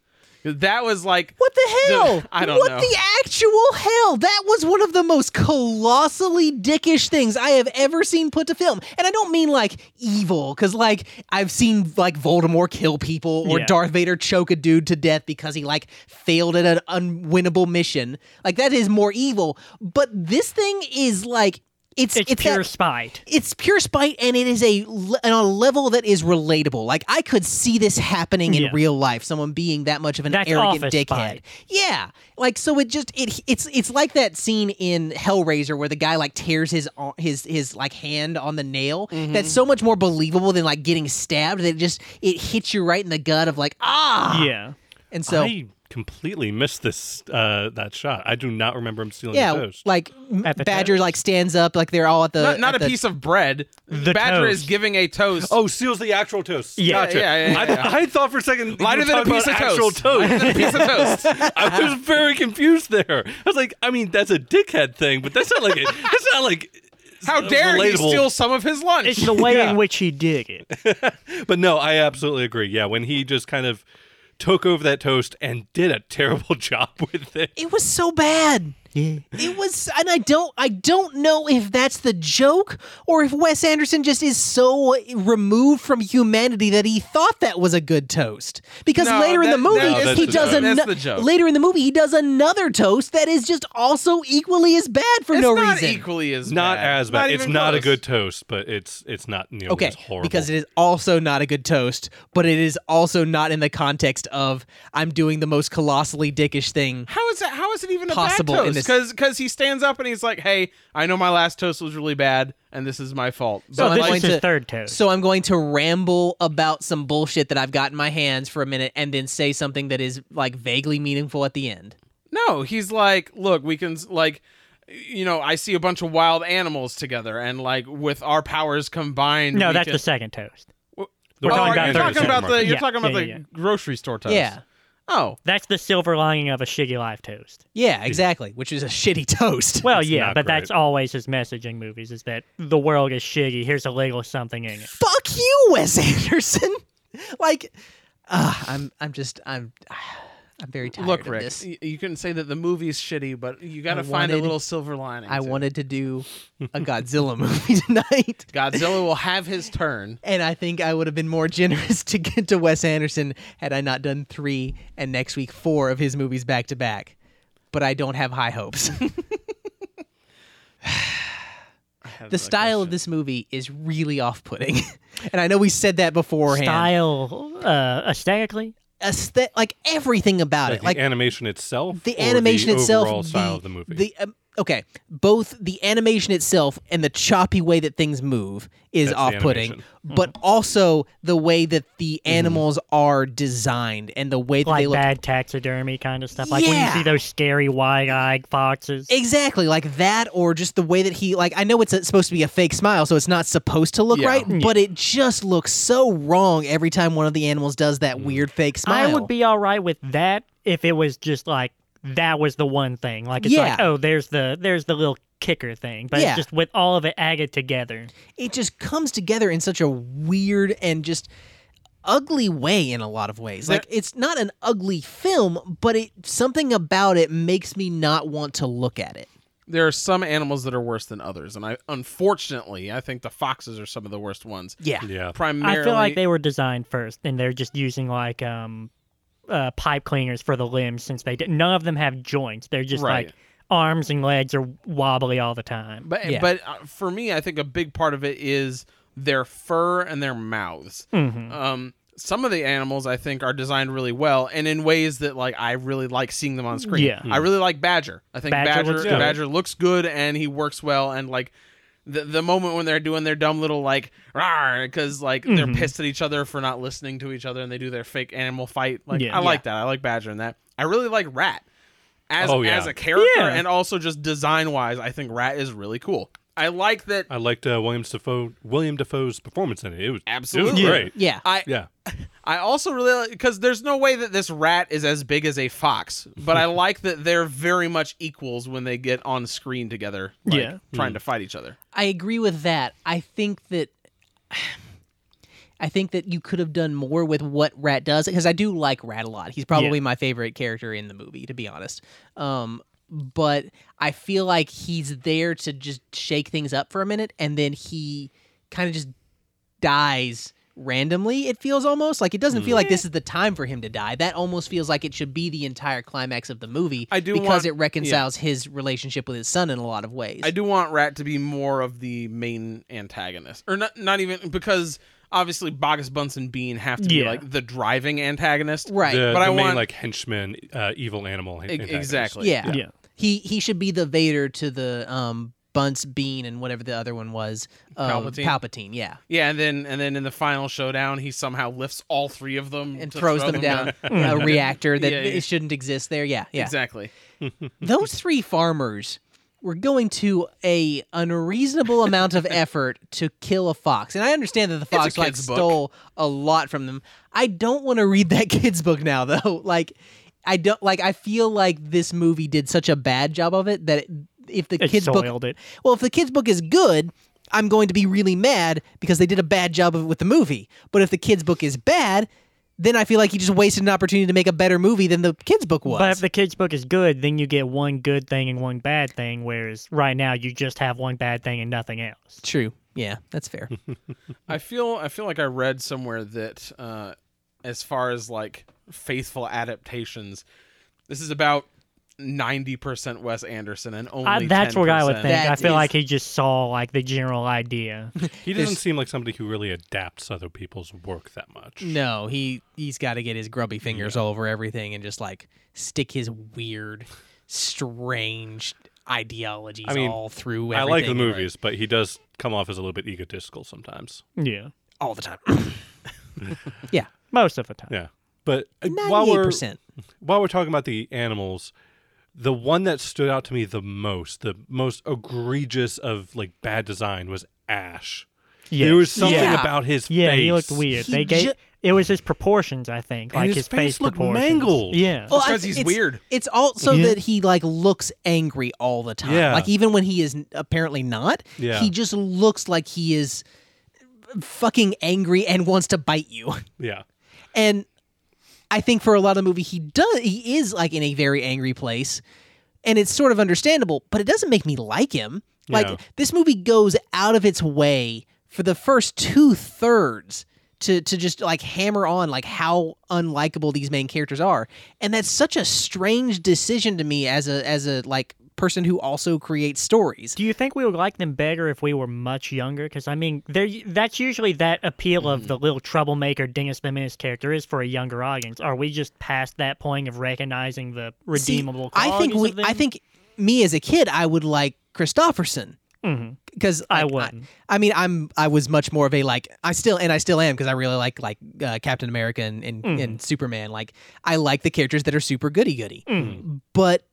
That was like What the hell? I don't what know. the actual hell? That was one of the most colossally dickish things I have ever seen put to film. And I don't mean like evil, because like I've seen like Voldemort kill people or Yeah. Darth Vader choke a dude to death because he like failed at an unwinnable mission. Like that is more evil. But this thing is like it's It's, it's pure that- spite. it's pure spite and it is a le- on a level that is relatable like i could see this happening in Yeah. real life someone being that much of an That's arrogant office dickhead spite. yeah like so it just it it's it's like that scene in hellraiser where the guy like tears his ar- his his like hand on the nail Mm-hmm. that's so much more believable than like getting stabbed that it just it hits you right in the gut of like ah Yeah. and so I completely missed this uh, that shot. I do not remember him stealing yeah the toast. like At the badger toast. like stands up like they're all at the not, not at a the- piece of bread. The Badger toast. is giving a toast. oh, steals the actual toast. Yeah, gotcha. yeah, yeah, yeah, yeah. I, I thought for a second lighter you were than a talking piece of about actual toast. Lighter than a piece of toast. I was very confused there. I was like, I mean, that's a dickhead thing, but that's not like a, that's not like. How dare he relatable. steal some of his lunch? It's the way in which he did it. But no, I absolutely agree. Yeah, when he just kind of took over that toast and did a terrible job with it. It was so bad. It was and I don't I don't know if that's the joke or if Wes Anderson just is so removed from humanity that he thought that was a good toast. Because No, later in the that- no, movie that's he the does joke. ano- That's the joke. later in the movie he does another toast that is just also equally as bad for It's no not reason. equally as Not bad. as bad. it's even not a close. good toast, but it's it's not nearly Okay, as horrible. because it is also not a good toast, but it is also not in the context of I'm doing the most colossally dickish thing. How is that? How is it even Possible a in bad toast? this- Because he stands up and he's like, "Hey, I know my last toast was really bad, and this is my fault." But I'm this going is his to- third toast. So I'm going to ramble about some bullshit that I've got in my hands for a minute and then say something that is like vaguely meaningful at the end. no, he's like, "Look, we can s- like." You know, I see a bunch of wild animals together, and like with our powers combined. no, we that's can... the second toast. The Oh, We're talking are about one you that third goes to talking about the? supermarket. You're Yeah, talking about yeah, the yeah, yeah. grocery store toast. Yeah. Oh, That's the silver lining of a Shiggy Life toast. Yeah, exactly. Which is a shitty toast. Well, It's yeah, not but great. that's always his message in movies is that the world is shitty. Here's a little something in it. Fuck you, Wes Anderson. like, ah, I'm, I'm just, I'm, I'm very tired look, of Rick, this. y- you can say that the movie's shitty, but you got I to find a wanted- little silver lining. I to it. wanted to do a Godzilla movie tonight. Godzilla will have his turn. And I think I would have been more generous to get to Wes Anderson had I not done three and next week four of his movies back to back. But I don't have high hopes. the style of this movie is really off putting. and I know we said that beforehand. Style, uh, aesthetically, Aesthet- like everything about Like it. Like the animation itself, or the animation itself, overall style the, of the movie. the, um, okay, both the animation itself and the choppy way that things move is That's the off-putting, animation. Mm-hmm. but also the way that the animals are designed and the way that they like look. bad taxidermy kind of stuff. Like when you Yeah. see those scary wide-eyed foxes. Exactly, like that, or just the way that he like. I know it's a, supposed to be a fake smile, so it's not supposed to look Yeah. right, but it just looks so wrong every time one of the animals does Mm-hmm. that weird fake smile. I would be all right with that if it was just like that was the one thing. Like it's like Yeah. oh, there's the there's the little kicker thing, but Yeah. it's just with all of it added together. It just comes together in such a weird and just ugly way in a lot of ways. Like it's not an ugly film, but it something about it makes me not want to look at it. There are some animals that are worse than others, and I unfortunately I think the foxes are some of the worst ones. Yeah. yeah, Primarily, I feel like they were designed first, and they're just using like um uh, pipe cleaners for the limbs since they did, none of them have joints. They're just Right. like arms and legs are wobbly all the time. But Yeah. but uh, for me, I think a big part of it is their fur and their mouths. Mm-hmm. Um, some of the animals I think are designed really well, and in ways that like I really like seeing them on screen. Yeah. I really like Badger. I think Badger Badger looks Badger, good. looks good, and he works well, and like. The, the moment when they're doing their dumb little like because like they're Mm-hmm. pissed at each other for not listening to each other and they do their fake animal fight like Yeah. I like that I like Badger in that I really like Rat as Oh, yeah. as a character Yeah. and also just design wise, I think Rat is really cool. I like that. I liked uh, William Defoe William Defoe's performance in it. It was Absolutely. it Yeah. was great. Yeah. I Yeah, I also really because there's no way that this rat is as big as a fox, but I like that they're very much equals when they get on screen together, like, Yeah. Hmm. trying to fight each other. I agree with that. I think that I think that you could have done more with what Rat does because I do like Rat a lot. He's probably Yeah. my favorite character in the movie, to be honest. Um, but I feel like he's there to just shake things up for a minute, and then he kind of just dies randomly it feels almost like it doesn't Hmm. feel like this is the time for him to die that almost feels like it should be the entire climax of the movie I do because want- it reconciles his relationship with his son in a lot of ways I do want Rat to be more of the main antagonist, or not not even because obviously Bogus Bunsen Bean have to be Yeah. like the driving antagonist, right the, But the I main want- like henchman, uh, evil animal. E- antagonist. exactly. Yeah. Yeah. He he should be the Vader to the um Bunce Bean and whatever the other one was. Uh, Palpatine? Palpatine, yeah. Yeah, and then and then in the final showdown, he somehow lifts all three of them And to throws throw them, down a reactor that Yeah, yeah. it shouldn't exist there. Yeah. Mm-hmm. Yeah. Exactly. Those three farmers were going to a unreasonable amount of effort to kill a fox. And I understand that the fox like kid's book. stole a lot from them. I don't want to read that kid's book now though. Like I don't like I feel like this movie did such a bad job of it that it, if the It kid's book soiled it. well, if the kids' book is good, I'm going to be really mad because they did a bad job of it with the movie. But if the kids' book is bad, then I feel like he just wasted an opportunity to make a better movie than the kids' book was. But if the kids' book is good, then you get one good thing and one bad thing, whereas right now you just have one bad thing and nothing else. True. Yeah, that's fair. I feel I feel like I read somewhere that uh, as far as like faithful adaptations, this is about ninety percent Wes Anderson and Uh, only I, that's what I would 10%. think. I That feel is- like he just saw like the general idea. He doesn't seem like somebody who really adapts other people's work that much. no, he he's got to get his grubby fingers all over everything and just like stick his weird, strange ideologies I mean, all through. I like the everything. movies, but he does come off as a little bit egotistical sometimes. yeah. all the time. yeah, Most of the time. Yeah, but uh, while ninety-eight we're percent. while we're talking about the animals, the one that stood out to me the most, the most egregious of like bad design was Ash. Yeah. There was something Yeah. about his Yeah, face. he looked weird. He they gave ju- it was his proportions, I think. And like his face, face looked proportions. mangled. Yeah. Well, It's I 'cause th- he's it's- weird. It's also Yeah. that he like looks angry all the time. Mm-hmm. Yeah. Like even when he is n- apparently not, Yeah. he just looks like he is fucking angry and wants to bite you. Yeah, And I think for a lot of the movie he does he is like in a very angry place. And it's sort of understandable, but it doesn't make me like him. Like Yeah. this movie goes out of its way for the first two thirds to to just like hammer on like how unlikable these main characters are. And that's such a strange decision to me as a as a like person who also creates stories. Do you think we would like them better if we were much younger? Because I mean, there that's usually that appeal of the little troublemaker Dennis the Menace character is for a younger audience. Are we just past that point of recognizing the See, redeemable? I think qualities we of them? I think me as a kid I would like Christofferson. Because Mm-hmm. I like, wouldn't. I mean, I'm I was much more of a like I still and I still am because I really like like uh, Captain America and and, Mm-hmm. and Superman. Like I like the characters that are super goody goody, Mm-hmm. but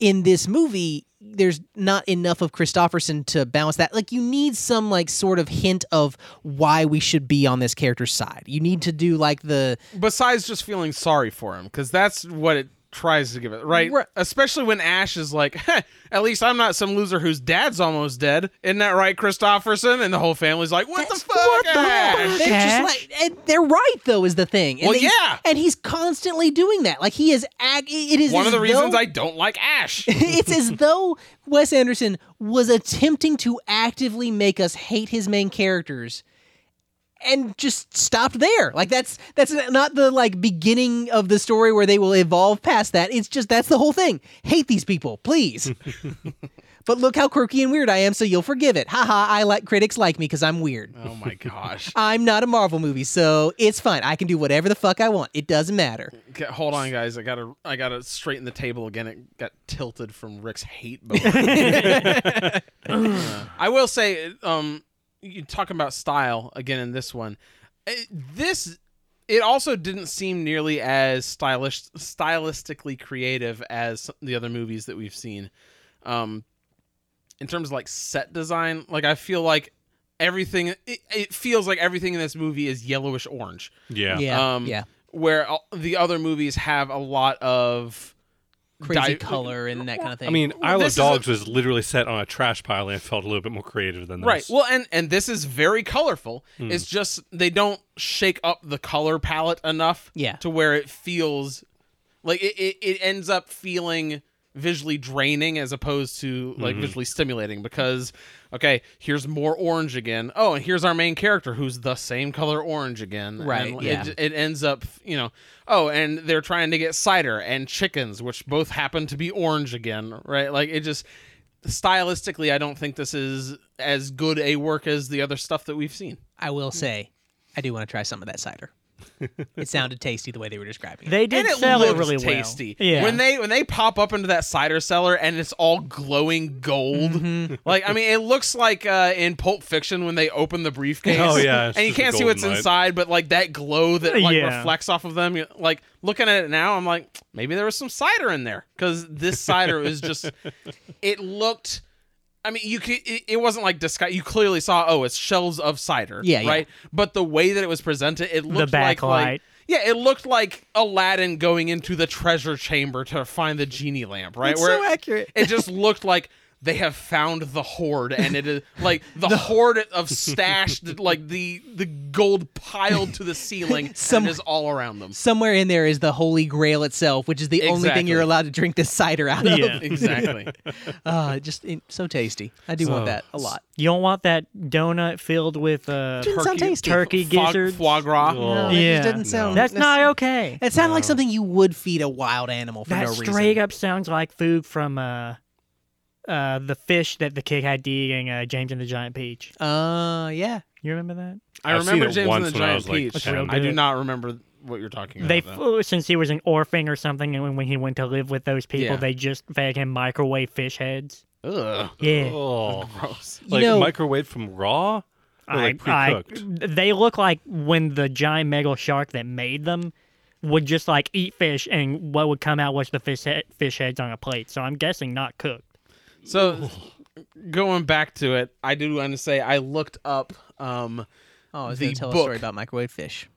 in this movie, there's not enough of Christopherson to balance that. Like you need some like sort of hint of why we should be on this character's side. You need to do like the Besides just feeling sorry for him, because that's what it tries to give it right? Right. Especially when Ash is like, "Heh, "At least I'm not some loser whose dad's almost dead." Isn't that right, Christopherson? And the whole family's like, "What the fuck, What the Ash?" fuck? They're just like, and they're right though is the thing. And Well, he's- yeah. and he's constantly doing that. Like he is, ag- it is One of as the reasons though- I don't like Ash. it's as though Wes Anderson was attempting to actively make us hate his main characters and just stopped there. Like that's that's not the like beginning of the story where they will evolve past that. It's just that's the whole thing. Hate these people, please. but look how quirky and weird I am, so you'll forgive it. Haha, I like critics like me because I'm weird. Oh my gosh. I'm not a Marvel movie, so it's fine. I can do whatever the fuck I want. It doesn't matter. Okay, hold on, guys. I gotta, I gotta straighten the table again. It got tilted from Rick's hate bone. Uh, I will say, um, you talking about style again in this one. It, this, it also didn't seem nearly as stylish, stylistically creative as the other movies that we've seen. Um, in terms of like set design, like I feel like everything. It, it feels like everything in this movie is yellowish orange Yeah. Yeah, um, yeah. Where all- the other movies have a lot of Crazy di- color and that kind of thing. I mean, Isle this of is Dogs was literally set on a trash pile, and it felt a little bit more creative than this. Right. Well, and and this is very colorful. It's just they don't shake up the color palette enough. Yeah. To where it feels like it, it, it ends up feeling visually draining as opposed to like visually stimulating because okay here's more orange again oh and here's our main character who's the same color orange again Right, and yeah. it, it ends up you know oh and they're trying to get cider and chickens which both happen to be orange again right like it just stylistically, I don't think this is as good a work as the other stuff that we've seen. I will mm. say, I do want to try some of that cider. it sounded tasty the way they were describing it. They did And it sell looks it really tasty. well. Yeah. When they when they pop up into that cider cellar and it's all glowing gold, Mm-hmm. like I mean, it looks like uh, in Pulp Fiction when they open the briefcase. Oh, yeah, it's and you just a can't see golden what's light. inside, but like that glow that like Yeah. reflects off of them. you- Like looking at it now, I'm like, maybe there was some cider in there because this cider is just. It looked. I mean, you could. It, it wasn't like disguise. You clearly saw. Oh, it's shelves of cider. Yeah, yeah. right. But the way that it was presented, it looked like, backlight. like yeah, it looked like Aladdin going into the treasure chamber to find the genie lamp. Right, It's Where so it- accurate. It just looked like they have found the hoard, and it is like the, hoard of stashed, like the the gold piled to the ceiling, Some- and is all around them. Somewhere in there is the Holy Grail itself, which is the only thing Exactly. you're allowed to drink this cider out of. Yeah. Exactly. Uh, just it, so tasty. I do want that a lot. You don't want that donut filled with uh, Didn't sound tasty. turkey Fog- gizzards. foie gras. No, that Yeah. just doesn't sound. That's not necess- okay. It sounded like something you would feed a wild animal for That no reason. straight up sounds like food from uh, uh, the fish that the kid had to eat in uh, James and the Giant Peach. Uh, yeah. You remember that? I I've seen remember it James and once the when I Giant was, like, Peach. 10. I do not remember what you're talking about. They, though. f- since he was an orphan or something, and when, when he went to live with those people, Yeah. they just fed him microwave fish heads. Ugh. Yeah. Oh, Gross. like know- microwave from raw, or like pre-cooked. they look like when the giant megal shark that made them would just like eat fish, and what would come out was the fish he- fish heads on a plate. So I'm guessing not cooked. So going back to it, I do want to say I looked up. Um, Oh, I was The going to tell a book. story about microwave fish.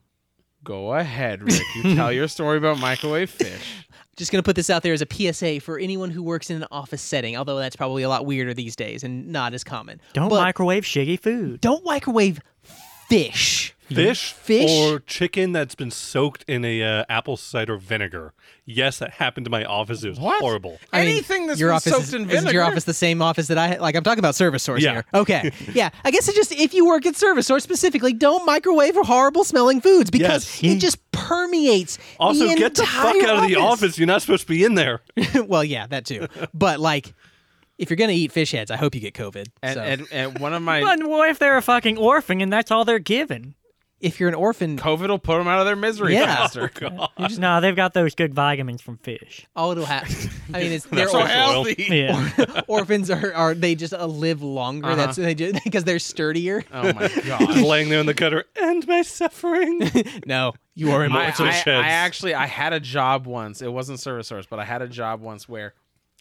go ahead, Rick. You tell your story about microwave fish. Just going to put this out there as a PSA for anyone who works in an office setting, although that's probably a lot weirder these days and not as common. Don't But microwave shiggy food. Don't microwave fish. Fish, Fish? or chicken that's been soaked in a uh, apple cider vinegar. Yes, that happened to my office. It was horrible. I mean, Anything that's your been office soaked is, in isn't vinegar. your office the same office that I like? I'm talking about Service Source Yeah. here. Okay, yeah. I guess it's just if you work at Service Source specifically, don't microwave horrible smelling foods because Yes. it just permeates. Also, the get the fuck entire out of the office. You're not supposed to be in there. well, yeah, that too. But like, if you're gonna eat fish heads, I hope you get COVID. And, so. and, and one of my But what if they're a fucking orphan and that's all they're given? if you're an orphan, COVID will put them out of their misery Yeah. faster. no, they've got those good vitamins from fish. all Oh, it'll happen. I mean, it's they're so Well, healthy. Yeah. orphans are, are they just uh, live longer? That's they just because they're sturdier. Oh my Just god. laying there in the gutter. End my suffering. no, you are I, Mortal I, sheds. I actually I had a job once. It wasn't service source, but I had a job once where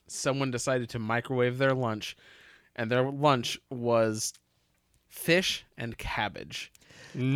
someone decided to microwave their lunch, and their lunch was fish and cabbage,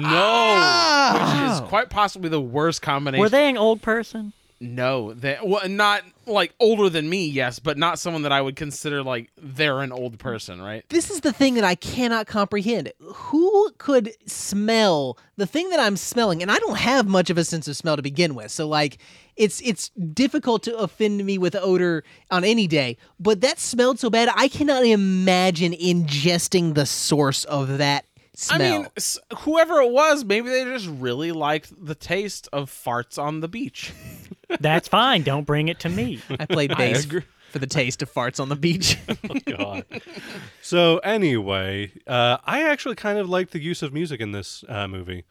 no. which is quite possibly the worst combination. Were they an old person? No, they well, not like older than me, yes, but not someone that I would consider like they're an old person, right? this is the thing that I cannot comprehend. Who could smell the thing that I'm smelling? And I don't have much of a sense of smell to begin with. So like it's it's difficult to offend me with odor on any day, but that smelled so bad I cannot imagine ingesting the source of that smell. I mean, s- whoever it was, maybe they just really liked the taste of farts on the beach. That's fine. Don't bring it to me. I played bass agree. for the taste of farts on the beach. God. so anyway, uh, I actually kind of liked the use of music in this uh, movie.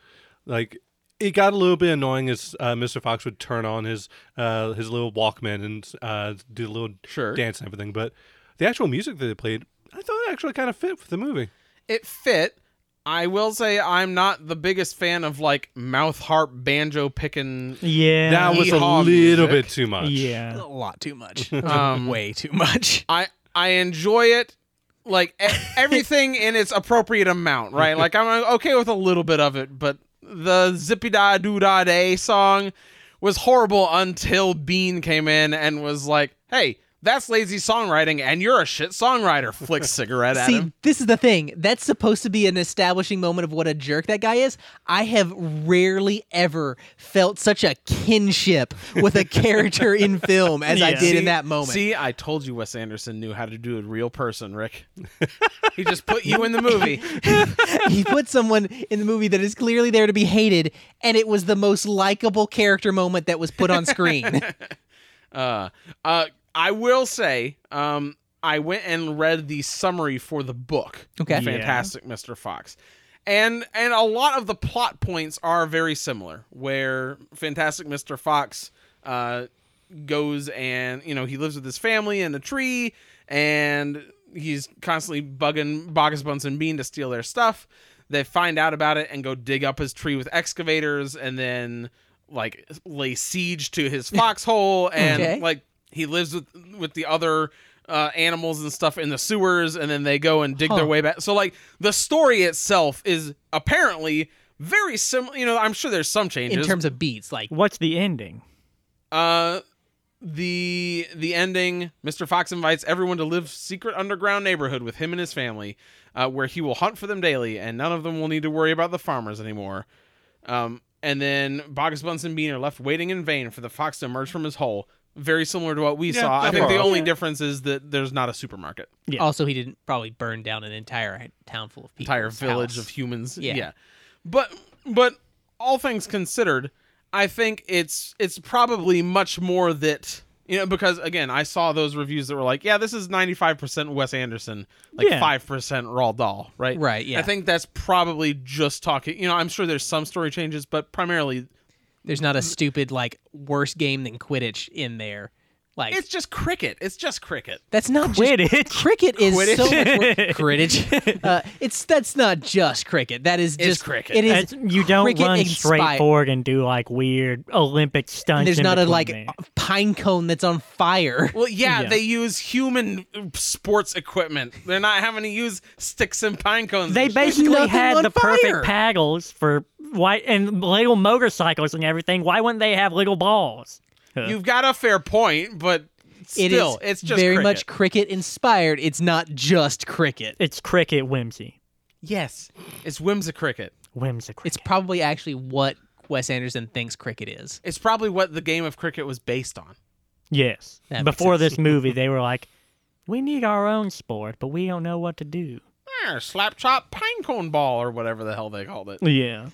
Like it got a little bit annoying as uh, Mr. Fox would turn on his uh, his little Walkman and uh, do a little Sure. dance and everything, but the actual music that they played, I thought actually kind of fit for the movie. It fit. I will say I'm not the biggest fan of like mouth harp banjo picking. Yeah. That was a Yeehaw little music. bit too much. a yeah. lot too much. Um, Way too much. I I enjoy it. Like e- everything in its appropriate amount, right? Like I'm uh, okay with a little bit of it, but the zippy da doo da day song was horrible until Bean came in and was like, "Hey, that's lazy songwriting, and you're a shit songwriter." Flick cigarette at him. See, this is the thing. That's supposed to be an establishing moment of what a jerk that guy is. I have rarely ever felt such a kinship with a character in film as I Yeah. did in See- that moment. See, I told you Wes Anderson knew how to do a real person, Rick. he just put you in the movie. he put someone in the movie that is clearly there to be hated, and it was the most likable character moment that was put on screen. Uh, uh, I will say, um, I went and read the summary for the book. Okay. Yeah. Fantastic Mr. Fox. And and a lot of the plot points are very similar, where Fantastic Mr. Fox uh, goes and you know he lives with his family in a tree, and he's constantly bugging Bogus Bunsen Bean to steal their stuff. They find out about it and go dig up his tree with excavators, and then like lay siege to his foxhole, and Okay. like he lives with with the other uh, animals and stuff in the sewers, and then they go and dig their way back. So like the story itself is apparently very similar. You know, I'm sure there's some in changes terms of beats, like What's the ending? uh the the ending mr fox invites everyone to live secret underground neighborhood with him and his family uh, where he will hunt for them daily and none of them will need to worry about the farmers anymore um, and then bogus bunsen bean are left waiting in vain for the fox to emerge from his hole very similar to what we Yeah, saw i not think far the off. only difference is that there's not a supermarket Yeah. also he didn't probably burn down an entire town full of people. entire village of humans. Yeah. Yeah. But but all things considered, I think it's it's probably much more that you know because again, I saw those reviews that were like, yeah, this is 95% Wes Anderson, like Yeah. 5% Raw Dahl, right? Right, yeah. I think that's probably just talking, you know, I'm sure there's some story changes, but primarily There's not a stupid like worse game than Quidditch in there. Like it's just cricket. It's just cricket. that's not Quidditch? Just, cricket is Quidditch? so much wor- Quidditch. Uh, it's that's not just cricket. That is just cricket. It is. It's- you don't cricket run inspired. straight forward and do like weird Olympic stunts. There's in not a between like there. pine cone that's on fire. Well, yeah, Yeah. they use human sports equipment. They're not having to use sticks and pine cones. They and shit. basically nothing on had the fire. perfect paddles for why and little motorcycles and everything. Why wouldn't they have little balls? You've got a fair point, but It is still, it's just very cricket. much cricket inspired. It's not just cricket. It's cricket whimsy. yes. It's whimsy cricket. Whimsy cricket. It's probably actually what Wes Anderson thinks cricket is. It's probably what the game of cricket was based on. yes. That makes Before sense. this movie, they were like, "We need our own sport, but we don't know what to do." Eh, slap chop pine cone ball or whatever the hell they called it.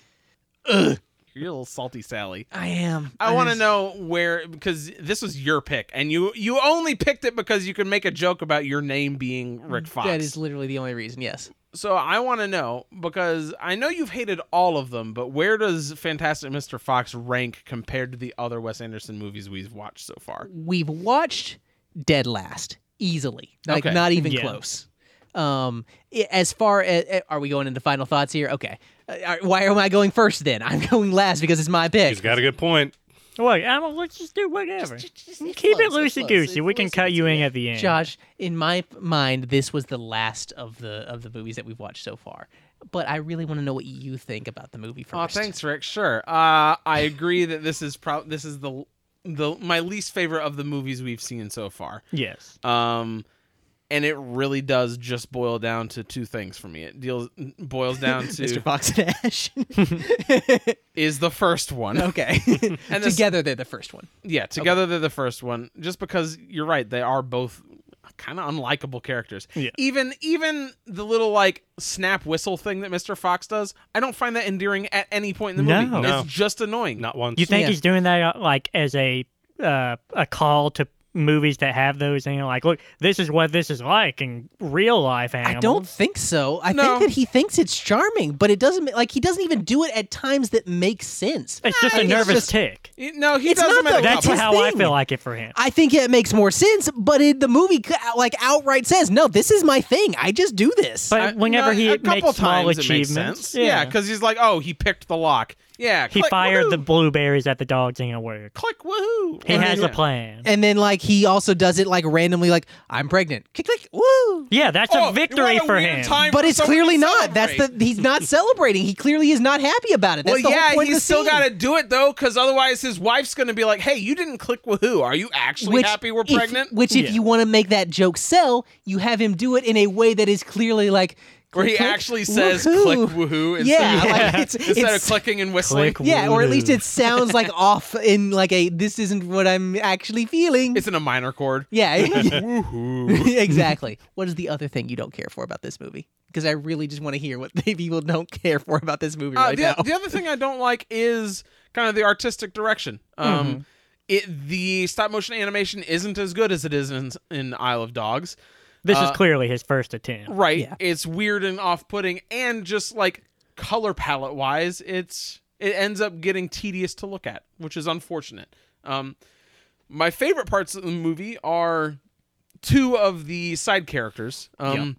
Yeah. You're a little salty, Sally. I am. I want to know where because this was your pick, and you you only picked it because you could make a joke about your name being Rick Fox. That is literally the only reason. Yes. so I want to know because I know you've hated all of them, but where does Fantastic Mr. Fox rank compared to the other Wes Anderson movies we've watched so far? we've watched Dead Last easily, like Okay. not even Yeah. close. Um, i- as far as are we going into final thoughts here? Okay, Uh, are- why am I going first then? I'm going last because it's my pick. He's got a good point. Look, I'm, let's just do whatever. it's Keep it close, it's loosey close, goosey. We it's can loosey cut you in at the end. Josh, in my p- mind, this was the last of the of the movies that we've watched so far. But I really want to know what you think about the movie Oh, first. thanks, Rick. Sure. Uh, I agree that this is pro- this is the the my least favorite of the movies we've seen so far. Yes. Uh, Um, and it really does just boil down to two things for me. It deals boils down Mr. to Fox and Ash. is the first one. okay, And this- together they're the first one. Yeah, together they're the first one. Just because you're right, they are both kind of unlikable characters. Yeah. Even even the little like snap whistle thing that Mr. Fox does, I don't find that endearing at any point in the movie. No. No. It's just annoying. Not once. You think Yeah. he's doing that uh, like as a uh, a call to movies that have those and you know, like, look, this is what this is like in real life I animals. don't think so. I No. think that he thinks it's charming, but it doesn't. Like he doesn't even do it at times that make sense. It's just Like, a nervous just- tick. Y- No, he It's does not them at though. a That's couple. his how I thing. feel like it for him. I think it makes more sense, but it, the movie c- like outright says, "No, this is my thing. I just do this." But I- whenever Uh, no, he a couple makes small times it makes achievements, sense. yeah, because he's like, oh, he picked the lock. Yeah, he click, fired the woohoo. blueberries at the dogs and it worked. click woohoo. He And has yeah. a plan. and then like he also does it like randomly, like I'm pregnant. Click click. Woo! Yeah, that's Oh, a what victory for weird him. time But for it's someone to celebrate. not. That's celebrate. the he's not celebrating. He clearly is not happy about it. That's well, the whole yeah, point of he's the still scene. got to do it though, because otherwise his wife's going to be like, "Hey, you didn't click woohoo. Are you actually happy we're if- pregnant?" which, if Yeah. you want to make that joke sell, you have him do it in a way that is clearly like where he click, click, actually says woohoo. "click woohoo" instead, Yeah, of, like it's, instead it's- of clicking and whistling. Click yeah, or at least woo. it sounds like off in like a this isn't what I'm actually feeling. It's in a minor chord. yeah, exactly. What is the other thing you don't care for about this movie? Because I really just want to hear what the people don't care for about this movie Uh, right the, now. the other thing I don't like is kind of the artistic direction. Um, Mm-hmm. it the stop motion animation isn't as good as it is in, in Isle of Dogs. This Uh, is clearly his first attempt. Right, Yeah. it's weird and off putting, and just like color palette wise, it's it ends up getting tedious to look at, which is unfortunate. Um, my favorite parts of the movie are two of the side characters. Um,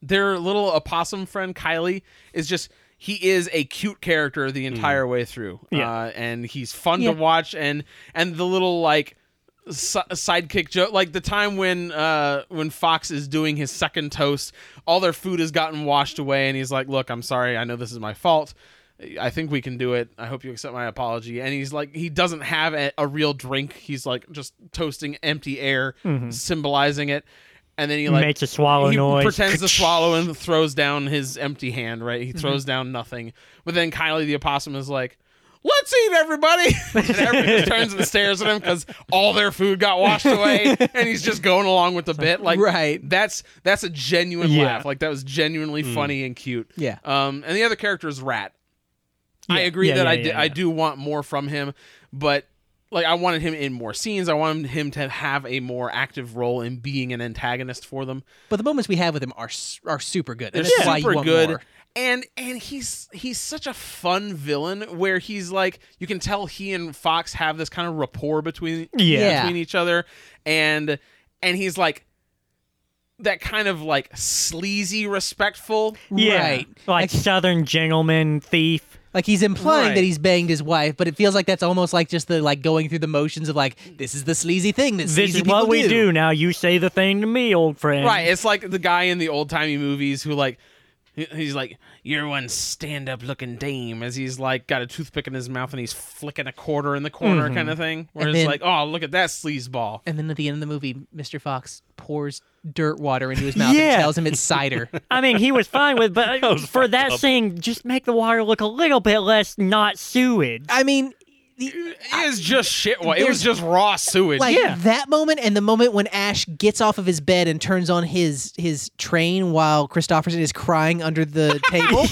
Their little opossum friend Kylie is just. He is a cute character the entire way through, Mm. Yeah. uh, and he's fun to watch. And and the little like si- sidekick joke like the time when uh when fox is doing his second toast all their food has gotten washed away and he's like look i'm sorry i know this is my fault i think we can do it i hope you accept my apology and he's like he doesn't have a, a real drink he's like just toasting empty air symbolizing it and then he like Mm-hmm. Makes a swallow he noise. pretends to swallow and throws down his empty hand right he throws Mm-hmm. down nothing but then kylie the opossum is like let's eat everybody and everybody just turns and stares at him because all their food got washed away and he's just going along with the bit like Right. that's that's a genuine Yeah. Mm. laugh like that was genuinely funny and cute Yeah. um and the other character is rat i Yeah. agree Yeah, that yeah, I, d- yeah, I yeah. do want more from him but like i wanted him in more scenes i wanted him to have a more active role in being an antagonist for them but the moments we have with him are s- are super good. they're and that's why you super want good. more. And and he's he's such a fun villain where he's like you can tell he and Fox have this kind of rapport between Yeah. between each other and and he's like that kind of like sleazy respectful Yeah. Right. Like Like- Southern gentleman thief. Like he's implying Right. that he's banged his wife, but it feels like that's almost like just the like going through the motions of like this is the sleazy thing that This sleazy is what people we do. Now you say the thing to me, old friend. Right. It's like the guy in the old timey movies who like he- he's like, You're one stand up looking dame as he's like got a toothpick in his mouth and he's flicking a quarter in the corner kind of thing. Where And it's then- like, Oh, look at that sleazeball. And then at the end of the movie, Mr. Fox pours dirt water into his mouth Yeah. and tells him it's cider. I mean, he was fine with, but for that scene, just make the water look a little bit less not sewage. I mean, the- It is just shit. wa- It was just raw sewage. like Yeah. that moment and the moment when Ash gets off of his bed and turns on his his train while Christopherson is crying under the table.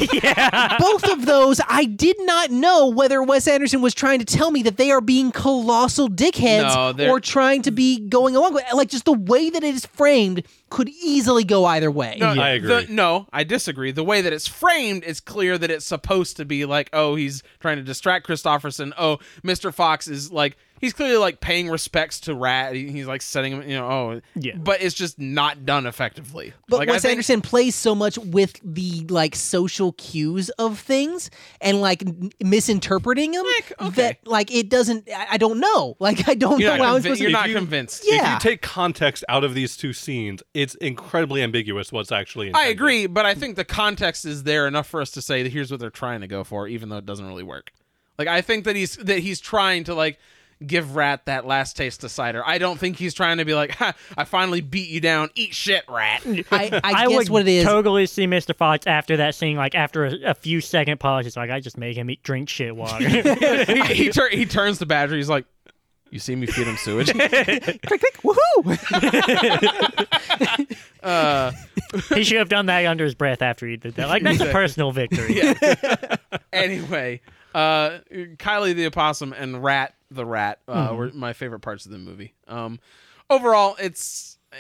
Both of those, I did not know whether Wes Anderson was trying to tell me that they are being colossal No, dickheads they're- or trying to be going along with like just the way that it is framed could easily go either way. No, I the- agree. no, I disagree. The way that it's framed, it's clear that it's supposed to be like, oh, he's trying to distract Christopherson. Oh, Mr. Fox is like, he's clearly like paying respects to Rat. He- He's like setting him, you know, oh, Yeah. But it's just not done effectively. But like, I Wes think- Anderson plays so much with the like social cues of things and like n- misinterpreting them Like, okay. that like it doesn't. I, I don't know. Like I don't You're know not, how I'm convi- supposed you're to. not you- convinced. yeah, If you take context out of these two scenes, it's incredibly ambiguous what's I actually. Intended. agree, but I think the context is there enough for us to say that here's what they're trying to go for, even though it doesn't really work. Like I think that he's that he's trying to like give Rat that last taste of cider. I don't think he's trying to be like, ha, I finally beat you down, eat shit, Rat. I, I, guess would what it is. totally see Mr. Fox after that scene, like after a, a few second pause, it's like I just make him eat drink shit water. he, he, tur- he turns to Badger. He's like, You see me feed him sewage. click, click, woohoo! He should have done that under his breath after he did that. Like that's a personal victory. anyway, uh, Kylie the opossum and Rat the rat uh, Hmm. were my favorite parts of the movie. Um, overall, it's uh,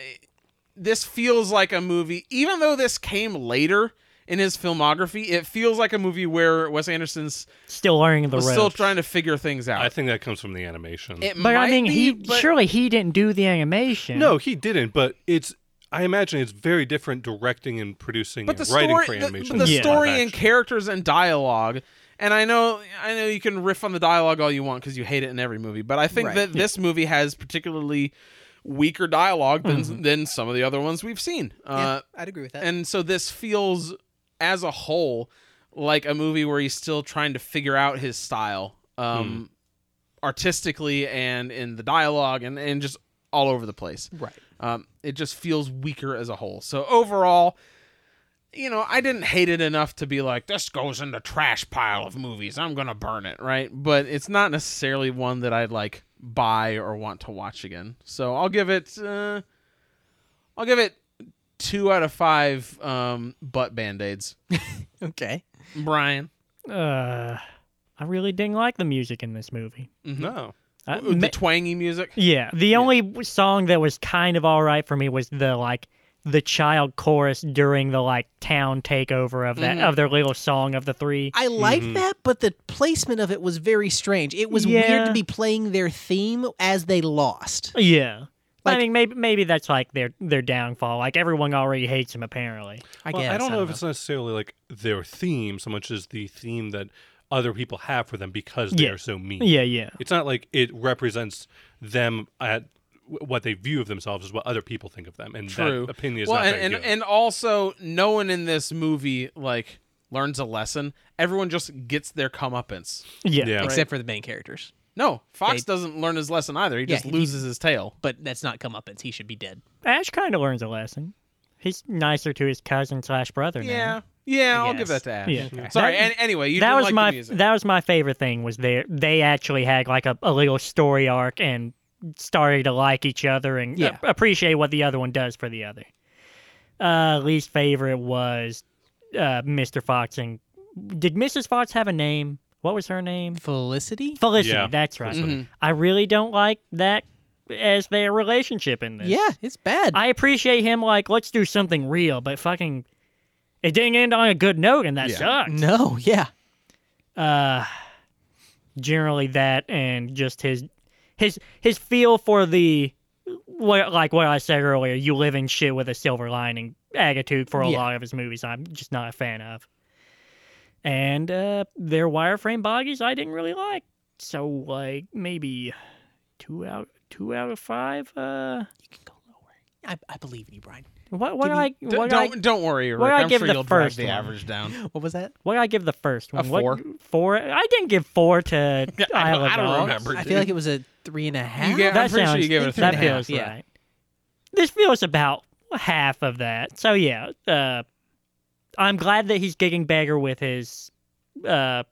this feels like a movie, even though this came later in his filmography. It feels like a movie where Wes Anderson's Still learning the was ropes. still trying to figure things out. I think that comes from the animation. it but I might mean, be, he but- surely he didn't do the animation. no, he didn't. But it's. I imagine it's very different directing and producing but the and writing story, for the, animation. but the than live story and action. characters and dialogue. And I know, I know you can riff on the dialogue all you want because you hate it in every movie. But I think Right. that this movie has particularly weaker dialogue than than some of the other ones we've seen. Uh, I'd agree with that. and so this feels, as a whole, like a movie where he's still trying to figure out his style, um, Hmm. artistically and in the dialogue and and just all over the place. right. Um, it just feels weaker as a whole. So overall, you know, I didn't hate it enough to be like, this goes in the trash pile of movies. I'm gonna burn it, right? But it's not necessarily one that I'd like buy or want to watch again. So I'll give it, uh, I'll give it two out of five um, butt band aids. Okay. Brian, Uh, I really didn't like the music in this movie. Mm-hmm. No, Uh, Ooh, ma- the twangy music. yeah, the only w- song that was kind of all right for me was the like the child chorus during the like town takeover of Mm-hmm. that of their little song of the three. I liked that, but the placement of it was very strange. It was weird Yeah. to be playing their theme as they lost. yeah. I Like- mean, maybe maybe that's like their their downfall. Like everyone already hates him, apparently. I Well, guess. I don't know if it's necessarily like their theme so much as the theme that other people have for them because they Yeah. are so mean. Yeah, yeah, It's not like it represents them at w- what they view of themselves is what other people think of them, and True. that opinion is well, not and, very and good. and also no one in this movie like learns a lesson. Everyone just gets their comeuppance. yeah, yeah, Except for the main characters. No, Fox They- doesn't learn his lesson either. He Yeah, just he- loses his tail. But that's not comeuppance. He should be dead. Ash kind of learns a lesson. He's nicer to his cousin slash brother now. Yeah, yeah, I'll give guess. that to Ash. Yeah. Okay. Sorry. That- and anyway, you that didn't was like my the music. that was my favorite thing was they they actually had like a, a little story arc and started to like each other and Yeah. a- appreciate what the other one does for the other. Uh, least favorite was uh, Mr. Fox and did Mrs. Fox have a name? What was her name? Felicity? Felicity. Yeah, that's right. I really don't like that as their relationship in this. Yeah, it's bad. I appreciate him like let's do something real, but fucking it didn't end on a good note and that sucks. no, yeah. generally that and just his his his feel for the what like what I said earlier, you live in shit with a silver lining attitude for a Yeah. lot of his movies I'm just not a fan of. And uh their wireframe bodies I didn't really like. So like maybe two out two out of five uh You can go lower. I, I believe in you, Brian. what what I D- what I don't don't worry, Rick. what did I I'm give sure the you'll drive first the one? average down. What was that? what did I give the first one? four. What, four? I didn't give four to I Isle don't, of I don't Dogs. remember. I dude. feel like it was a three and a half. get- I'm Oh. that pretty sure sounds, you gave it a that three and a half, feels yeah. right. This feels about half of that. So yeah, uh, I'm glad that he's getting better with his uh,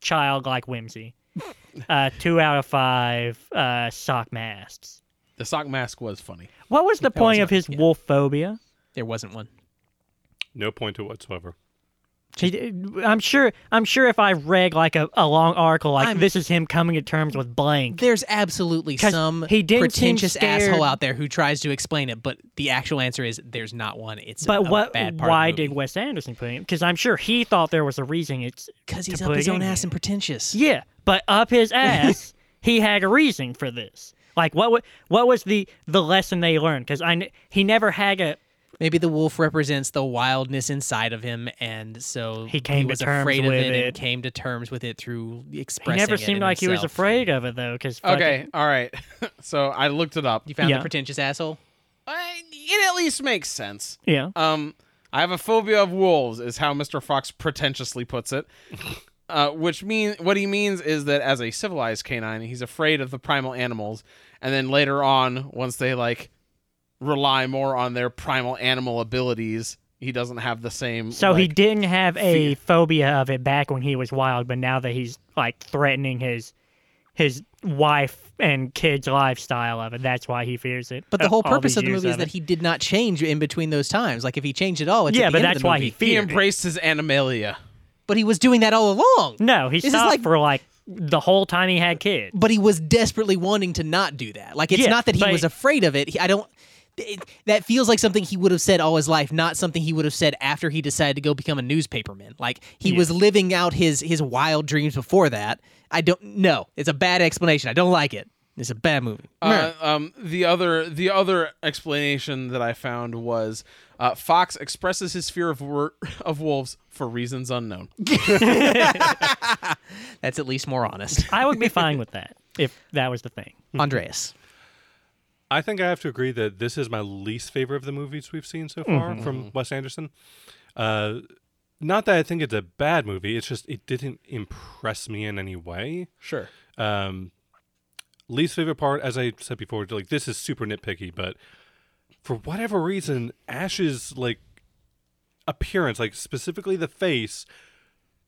childlike whimsy. Uh, two out of five uh, sock masks. the sock mask was funny. What was the That point was of nice, his yeah. wolf phobia? There wasn't one. no point to whatsoever. He d- I'm sure. I'm sure if I read like a, a long article, like I'm- this is him coming to terms with blank. There's absolutely 'Cause some he didn't seem pretentious scared. asshole out there who tries to explain it, but the actual answer is there's not one. It's But a what? Bad part Why did Wes Anderson put him? Because I'm sure he thought there was a reason. It's Because to he's up put his it own in ass there. and pretentious. Yeah, but up his ass, he had a reason for this. Like what? wa- What was the the lesson they learned? Because I kn- he never had a Maybe the wolf represents the wildness inside of him, and so He came to was terms afraid with of it, it. and came to terms with it through he expressing. never it seemed in like he was himself. afraid of it though. Because Okay, all right. so I looked it up. You found Yeah. the pretentious asshole. I- it at least makes sense. yeah, Um, I have a phobia of wolves, is how Mr. Fox pretentiously puts it. Uh, which mean what he means is that as a civilized canine, he's afraid of the primal animals, and then later on, once they like rely more on their primal animal abilities, he doesn't have the same. so he like- didn't have a phobia of it back when he was wild, but now that he's like threatening his his wife and kids' lifestyle of it. That's why he fears it. But the uh, whole all purpose these of the years movie is that it. he did not change in between those times. Like if he changed at all, it's at Yeah, the but end of that's the why movie. he He feared. it. embraced his animalia. But he was doing that all along. No, he this is stopped like. for like the whole time he had kids. But he was desperately wanting to not do that. Like it's Yeah, not that he but- was afraid of it. He, I don't. It, that feels like something he would have said all his life, not something he would have said after he decided to go become a newspaperman. Like he was living out his his wild dreams before that. I don't. No, it's a bad explanation. I don't like it. It's a bad movie. Uh, um, the other the other explanation that I found was uh, Fox expresses his fear of wor- of wolves for reasons unknown. That's at least more honest. I would be fine with that if that was the thing. Andreas. I think I have to agree that this is my least favorite of the movies we've seen so far from Wes Anderson. Uh, not that I think it's a bad movie; it's just it didn't impress me in any way. Sure. Um, least favorite part, as I said before, like this is super nitpicky, but for whatever reason, Ash's like appearance, like specifically the face,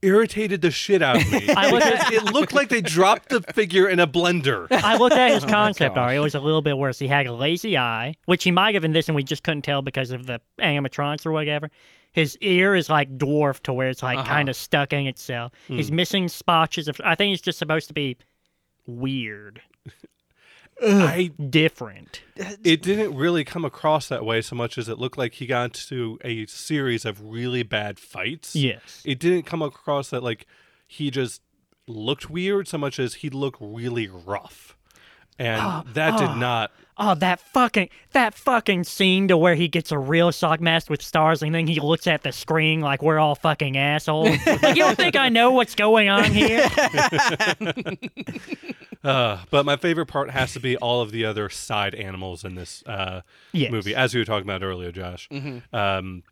irritated the shit out of me. I looked at- Because it looked like they dropped the figure in a blender. I looked at his concept art. It was a little bit worse. He had a lazy eye, which he might have in this, and we just couldn't tell because of the animatronics or whatever. His ear is like dwarfed to where it's like kind of stuck in itself. He's missing spotches of. I think he's just supposed to be weird, I different. it didn't really come across that way so much as it looked like he got to a series of really bad fights. Yes. It didn't come across that like he just looked weird so much as he looked really rough. And that did not Oh, that fucking that fucking scene to where he gets a real sock mask with stars, and then he looks at the screen like we're all fucking assholes. like you don't think I know what's going on here? uh, but my favorite part has to be all of the other side animals in this uh Yes. movie as we were talking about earlier, Josh. Um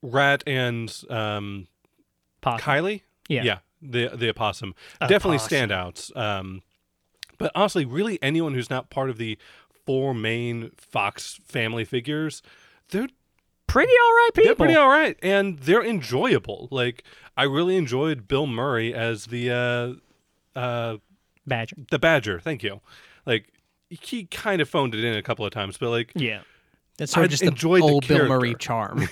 Rat and um Possibly. Kylie? Uh-huh. Yeah. Yeah. The the opossum. Definitely standouts. Um but honestly, really anyone who's not part of the four main Fox family figures, they're pretty all right people. they're pretty all right and they're enjoyable. Like I really enjoyed Bill Murray as the uh uh Badger. the Badger. Thank you. Like he kind of phoned it in a couple of times, but like Yeah. That's sort I of just the enjoyed the old Bill Murray character. charm.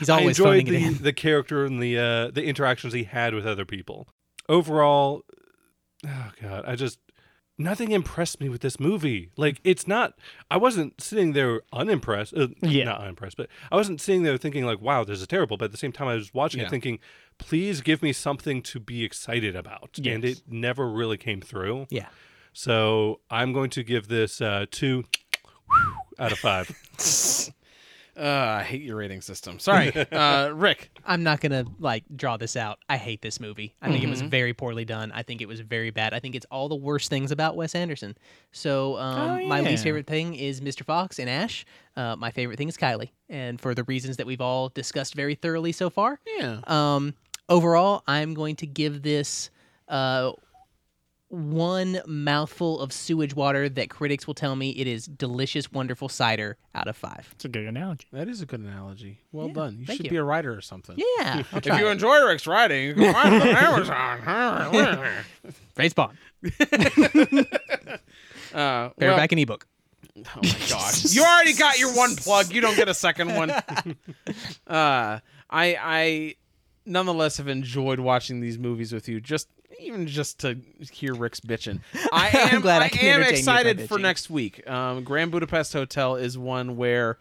He's I always phoning enjoyed it the, in. the character and the uh, the interactions he had with other people. Overall, oh god, I just nothing impressed me with this movie. Like it's not, I wasn't sitting there unimpressed. Uh, Yeah. not unimpressed, but I wasn't sitting there thinking like, wow, this is terrible. But at the same time, I was watching Yeah. it thinking, please give me something to be excited about, and Yes. it never really came through. Yeah. So I'm going to give this uh, two out of five. Uh, I hate your rating system. Sorry, uh, Rick. I'm not gonna like draw this out. I hate this movie. I think it was very poorly done. I think it was very bad. I think it's all the worst things about Wes Anderson. So um, Oh, my least yeah. favorite thing is Mr. Fox and Ash. Uh, my favorite thing is Kylie, and for the reasons that we've all discussed very thoroughly so far. Yeah. Um, overall, I'm going to give this uh, one mouthful of sewage water that critics will tell me it is delicious, wonderful cider out of five. It's a good analogy. That is a good analogy. Well done. You thank should you. be a writer or something. Yeah, I'll try If you it. enjoy Rick's writing, you can find it on Amazon. Raise Bond, uh, well, paperback and ebook. Oh my gosh. you already got your one plug. You don't get a second one. uh, I I nonetheless have enjoyed watching these movies with you. Just even just to hear Rick's bitching. I am I'm glad I I can am entertain you by excited for bitching. next week. Um, Grand Budapest Hotel is one where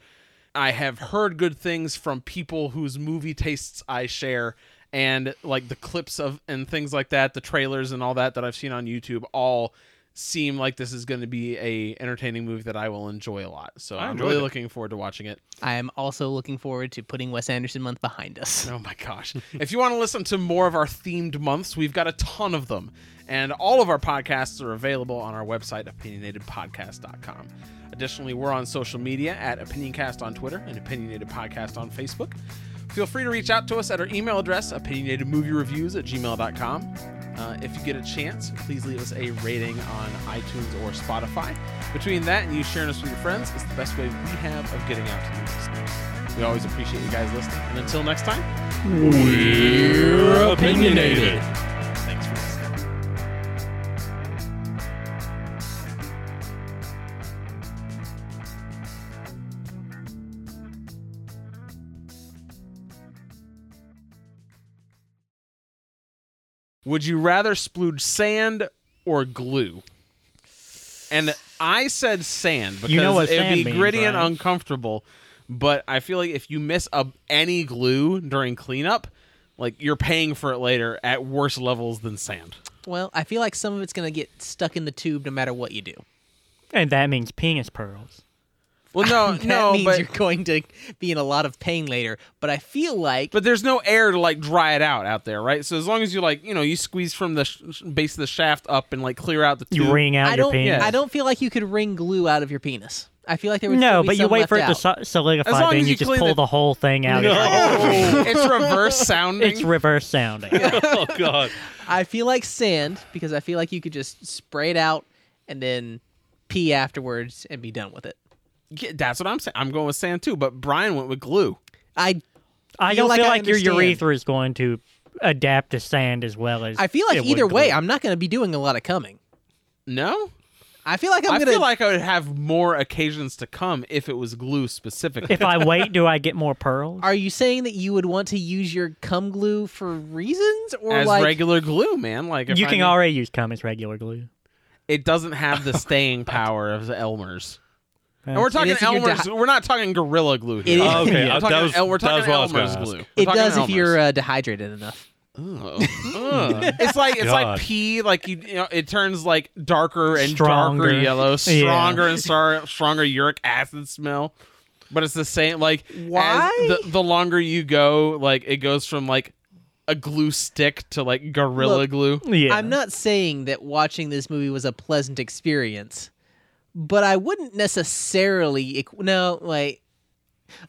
I have heard good things from people whose movie tastes I share and like the clips of and things like that, the trailers and all that that I've seen on YouTube all seem like this is going to be a entertaining movie that I will enjoy a lot. So I'm enjoyed really it. looking forward to watching it. I am also looking forward to putting Wes Anderson month behind us. Oh my gosh. if you want to listen to more of our themed months, we've got a ton of them. And all of our podcasts are available on our website, opinionatedpodcast.com. Additionally, we're on social media at OpinionCast on Twitter and Opinionated Podcast on Facebook. Feel free to reach out to us at our email address, opinionatedmoviereviews at gmail.com. Uh, if you get a chance, please leave us a rating on iTunes or Spotify. Between that and you sharing us with your friends, it's the best way we have of getting out to new listeners. We always appreciate you guys listening. And until next time, Opinionated. thanks for listening. Would you rather splooge sand or glue? And I said sand because You know what it would sand be means, gritty and right? uncomfortable. But I feel like if you miss a, any glue during cleanup, like you're paying for it later at worse levels than sand. Well, I feel like some of it's gonna get stuck in the tube no matter what you do. And that means penis pearls. Well, no, That no, means but you're going to be in a lot of pain later. But I feel like but there's no air to like dry it out out there, right? So as long as you like, you know, you squeeze from the sh- sh- base of the shaft up and like clear out the You tube. wring out I your don't. penis. I don't feel like you could wring glue out of your penis. I feel like there would still No, be but you some wait for it left to out. so- solidify, As long then as you, you just clean pull the- the... whole thing out. It's like- Oh, it's reverse sounding. It's reverse sounding. oh God. I feel like sand because I feel like you could just spray it out and then pee afterwards and be done with it. Yeah, that's what I'm saying. I'm going with sand too, but Brian went with glue. I I Feel don't like feel I like your understand. urethra is going to adapt to sand as well as. I feel like it would either way, glue. I'm not going to be doing a lot of coming. No, I feel like I'm i going feel like I would have more occasions to come if it was glue specifically. if I wait, do I get more pearls? Are you saying that you would want to use your cum glue for reasons or as like regular glue, man, like if You I can need- already use cum as regular glue. It doesn't have the staying power of the Elmer's. And we're talking if you're Elmer's. dehi- we're not talking Gorilla Glue It here. is- Oh, okay, We're uh, talking, that was El- we're that was talking what I was gonna Elmer's ask. glue. We're it talking does if Elmer's. you're uh, dehydrated enough. Ugh. Uh. Ugh. it's like it's God. like pee. Like you, you know, it turns like darker and Stronger. darker yellow, Yeah. stronger and star, stronger uric acid smell. But it's the same. Like Why? As the, the longer you go, like it goes from like a glue stick to like gorilla Look, glue. Yeah. I'm not saying that watching this movie was a pleasant experience, but I wouldn't necessarily equ- no like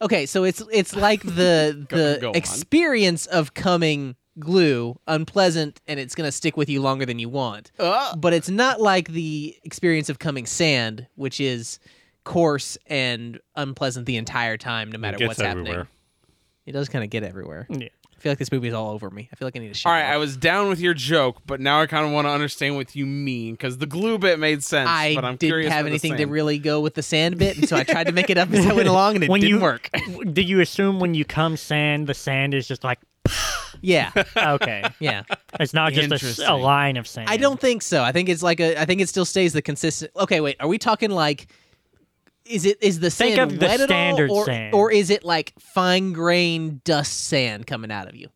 okay, so it's it's like the Go- the go on. experience of coming glue unpleasant and it's gonna stick with you longer than you want, Ah. but it's not like the experience of coming sand, which is coarse and unpleasant the entire time, no matter gets what's happening. everywhere. It does kind of get everywhere. Yeah. I feel like this movie is all over me. I feel like I need a All shower. right, I was down with your joke, but now I kind of want to understand what you mean because the glue bit made sense. I but I'm didn't curious have for the anything to sand. really go with the sand bit, and so I tried to make it up as I went along, and it When didn't you- work. Do you assume when you cum sand, the sand is just like Yeah, okay? yeah. It's not just a s- a, Interesting. line of sand. I don't think so. I think it's like a. I think it still stays the consistent. Okay, wait. Are we talking like? Is it is the Think sand of the wet at all, standard or, sand. or is it like fine grain dust sand coming out of you?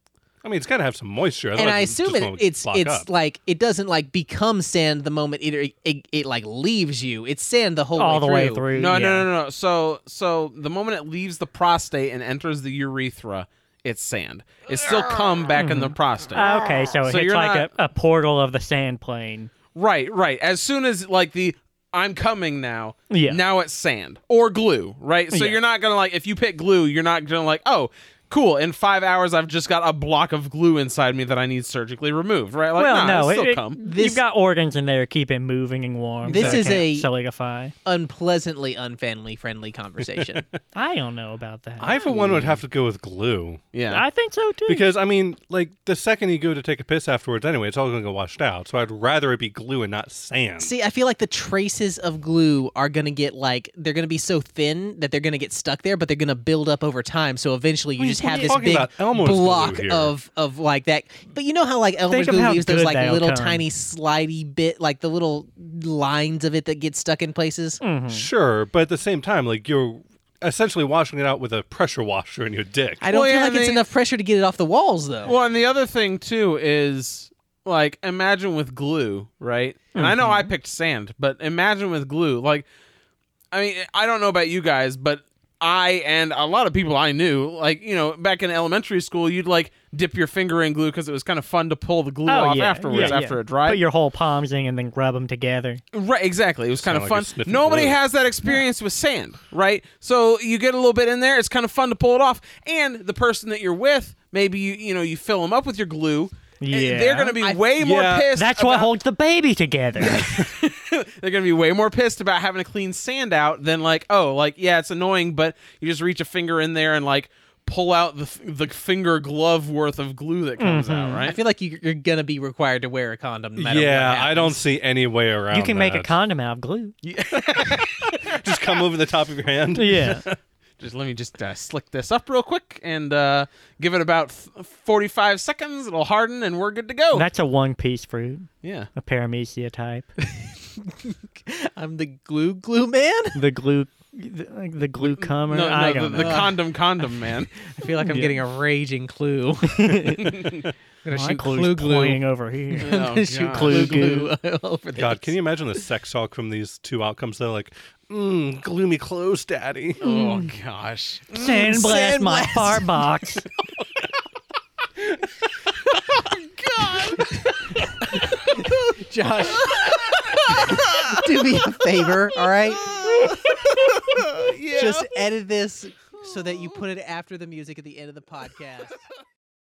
I mean, it's got to have some moisture. and otherwise I it just assume it, won't it's lock it's up. like it doesn't like become sand the moment it it, it, like leaves you. It's sand the whole all the way way through. No, yeah. no, no, no. So, so the moment it leaves the prostate and enters the urethra, it's sand. It's still cum back in the Mm-hmm. prostate. Ah, Okay, so, So it's you're like not- a, a portal of the sand plane. right, right. As soon as like the I'm coming now. Yeah. Now it's sand or glue, right? So Yeah. you're not gonna like if you pick glue, you're not gonna like oh. Cool. In five hours, I've just got a block of glue inside me that I need surgically removed. Right? Like, nah, well, no, it's it, still it- cum. This- you've got organs in there. Keep it moving and warm. This so it is can't a- solidify. unpleasantly unfamily friendly conversation. I don't know about that. I for one would have to go with Hmm. glue Yeah. I think so too. because I mean, like the second you go to take a piss afterwards, anyway, it's all going to go washed out. So I'd rather it be glue and not sand. See, I feel like the traces of glue are going to get like they're going to be so thin that they're going to get stuck there, but they're going to build up over time. So eventually, you What are just you have this talking big about? Elmer's glue block here. of of like that. But you know how like Elmer's of glue how leaves those good like that'll little come. tiny slidey bit, like the little lines of it that get stuck in places. Mm. Mm-hmm. Sure, but at the same time, like you're essentially washing it out with a pressure washer in your dick. I don't Well, feel yeah, like it's they- enough pressure to get it off the walls though. Well, and the other thing too is like imagine with glue, right? And I know Mm-hmm. I picked sand, but imagine with glue. Like I mean, I don't know about you guys, but I and a lot of people I knew, like, you know, back in elementary school, you'd like dip your finger in glue because it was kind of fun to pull the glue Oh, off yeah, afterwards yeah, after yeah. it dried. Put your whole palms in and then rub them together. Right, exactly. It was kind of like fun. a sniffing Nobody glue. has that experience with sand, right? So you get a little bit in there. It's kind of fun to pull it off. And the person that you're with, maybe you you know you fill them up with your glue. and Yeah. they're gonna be I- way more Yeah. pissed. That's what about- holds the baby together. they're gonna be way more pissed about having to clean sand out than like oh like yeah it's annoying, but you just reach a finger in there and like pull out the f- the finger glove worth of glue that comes out, I right? feel like you, you're going to be required to wear a condom. No matter what yeah, I happens. don't see any way around. you can make a that. condom out of glue. Just come over the top of your hand. Yeah. just let me just uh, slick this up real quick and uh, give it about f- 45 seconds. It'll harden and we're good to go. That's a one piece fruit, yeah. a paramecia type. I'm the glue glue man. The glue, the, like the glue comer. No, I no, don't the, the know. condom, condom man. I feel like I'm getting a raging clue. I'm gonna My shoot clue's clue glue. pointing over here. I'm Oh, gonna shoot God. clue glue Glue over there. God, can you imagine the sex talk from these two outcomes? They're like, mm, gloomy clothes, daddy. Oh Hmm. gosh. Sandblast my sandblast. fart box. Josh? do me a favor, all right? Just edit this so that you put it after the music at the end of the podcast.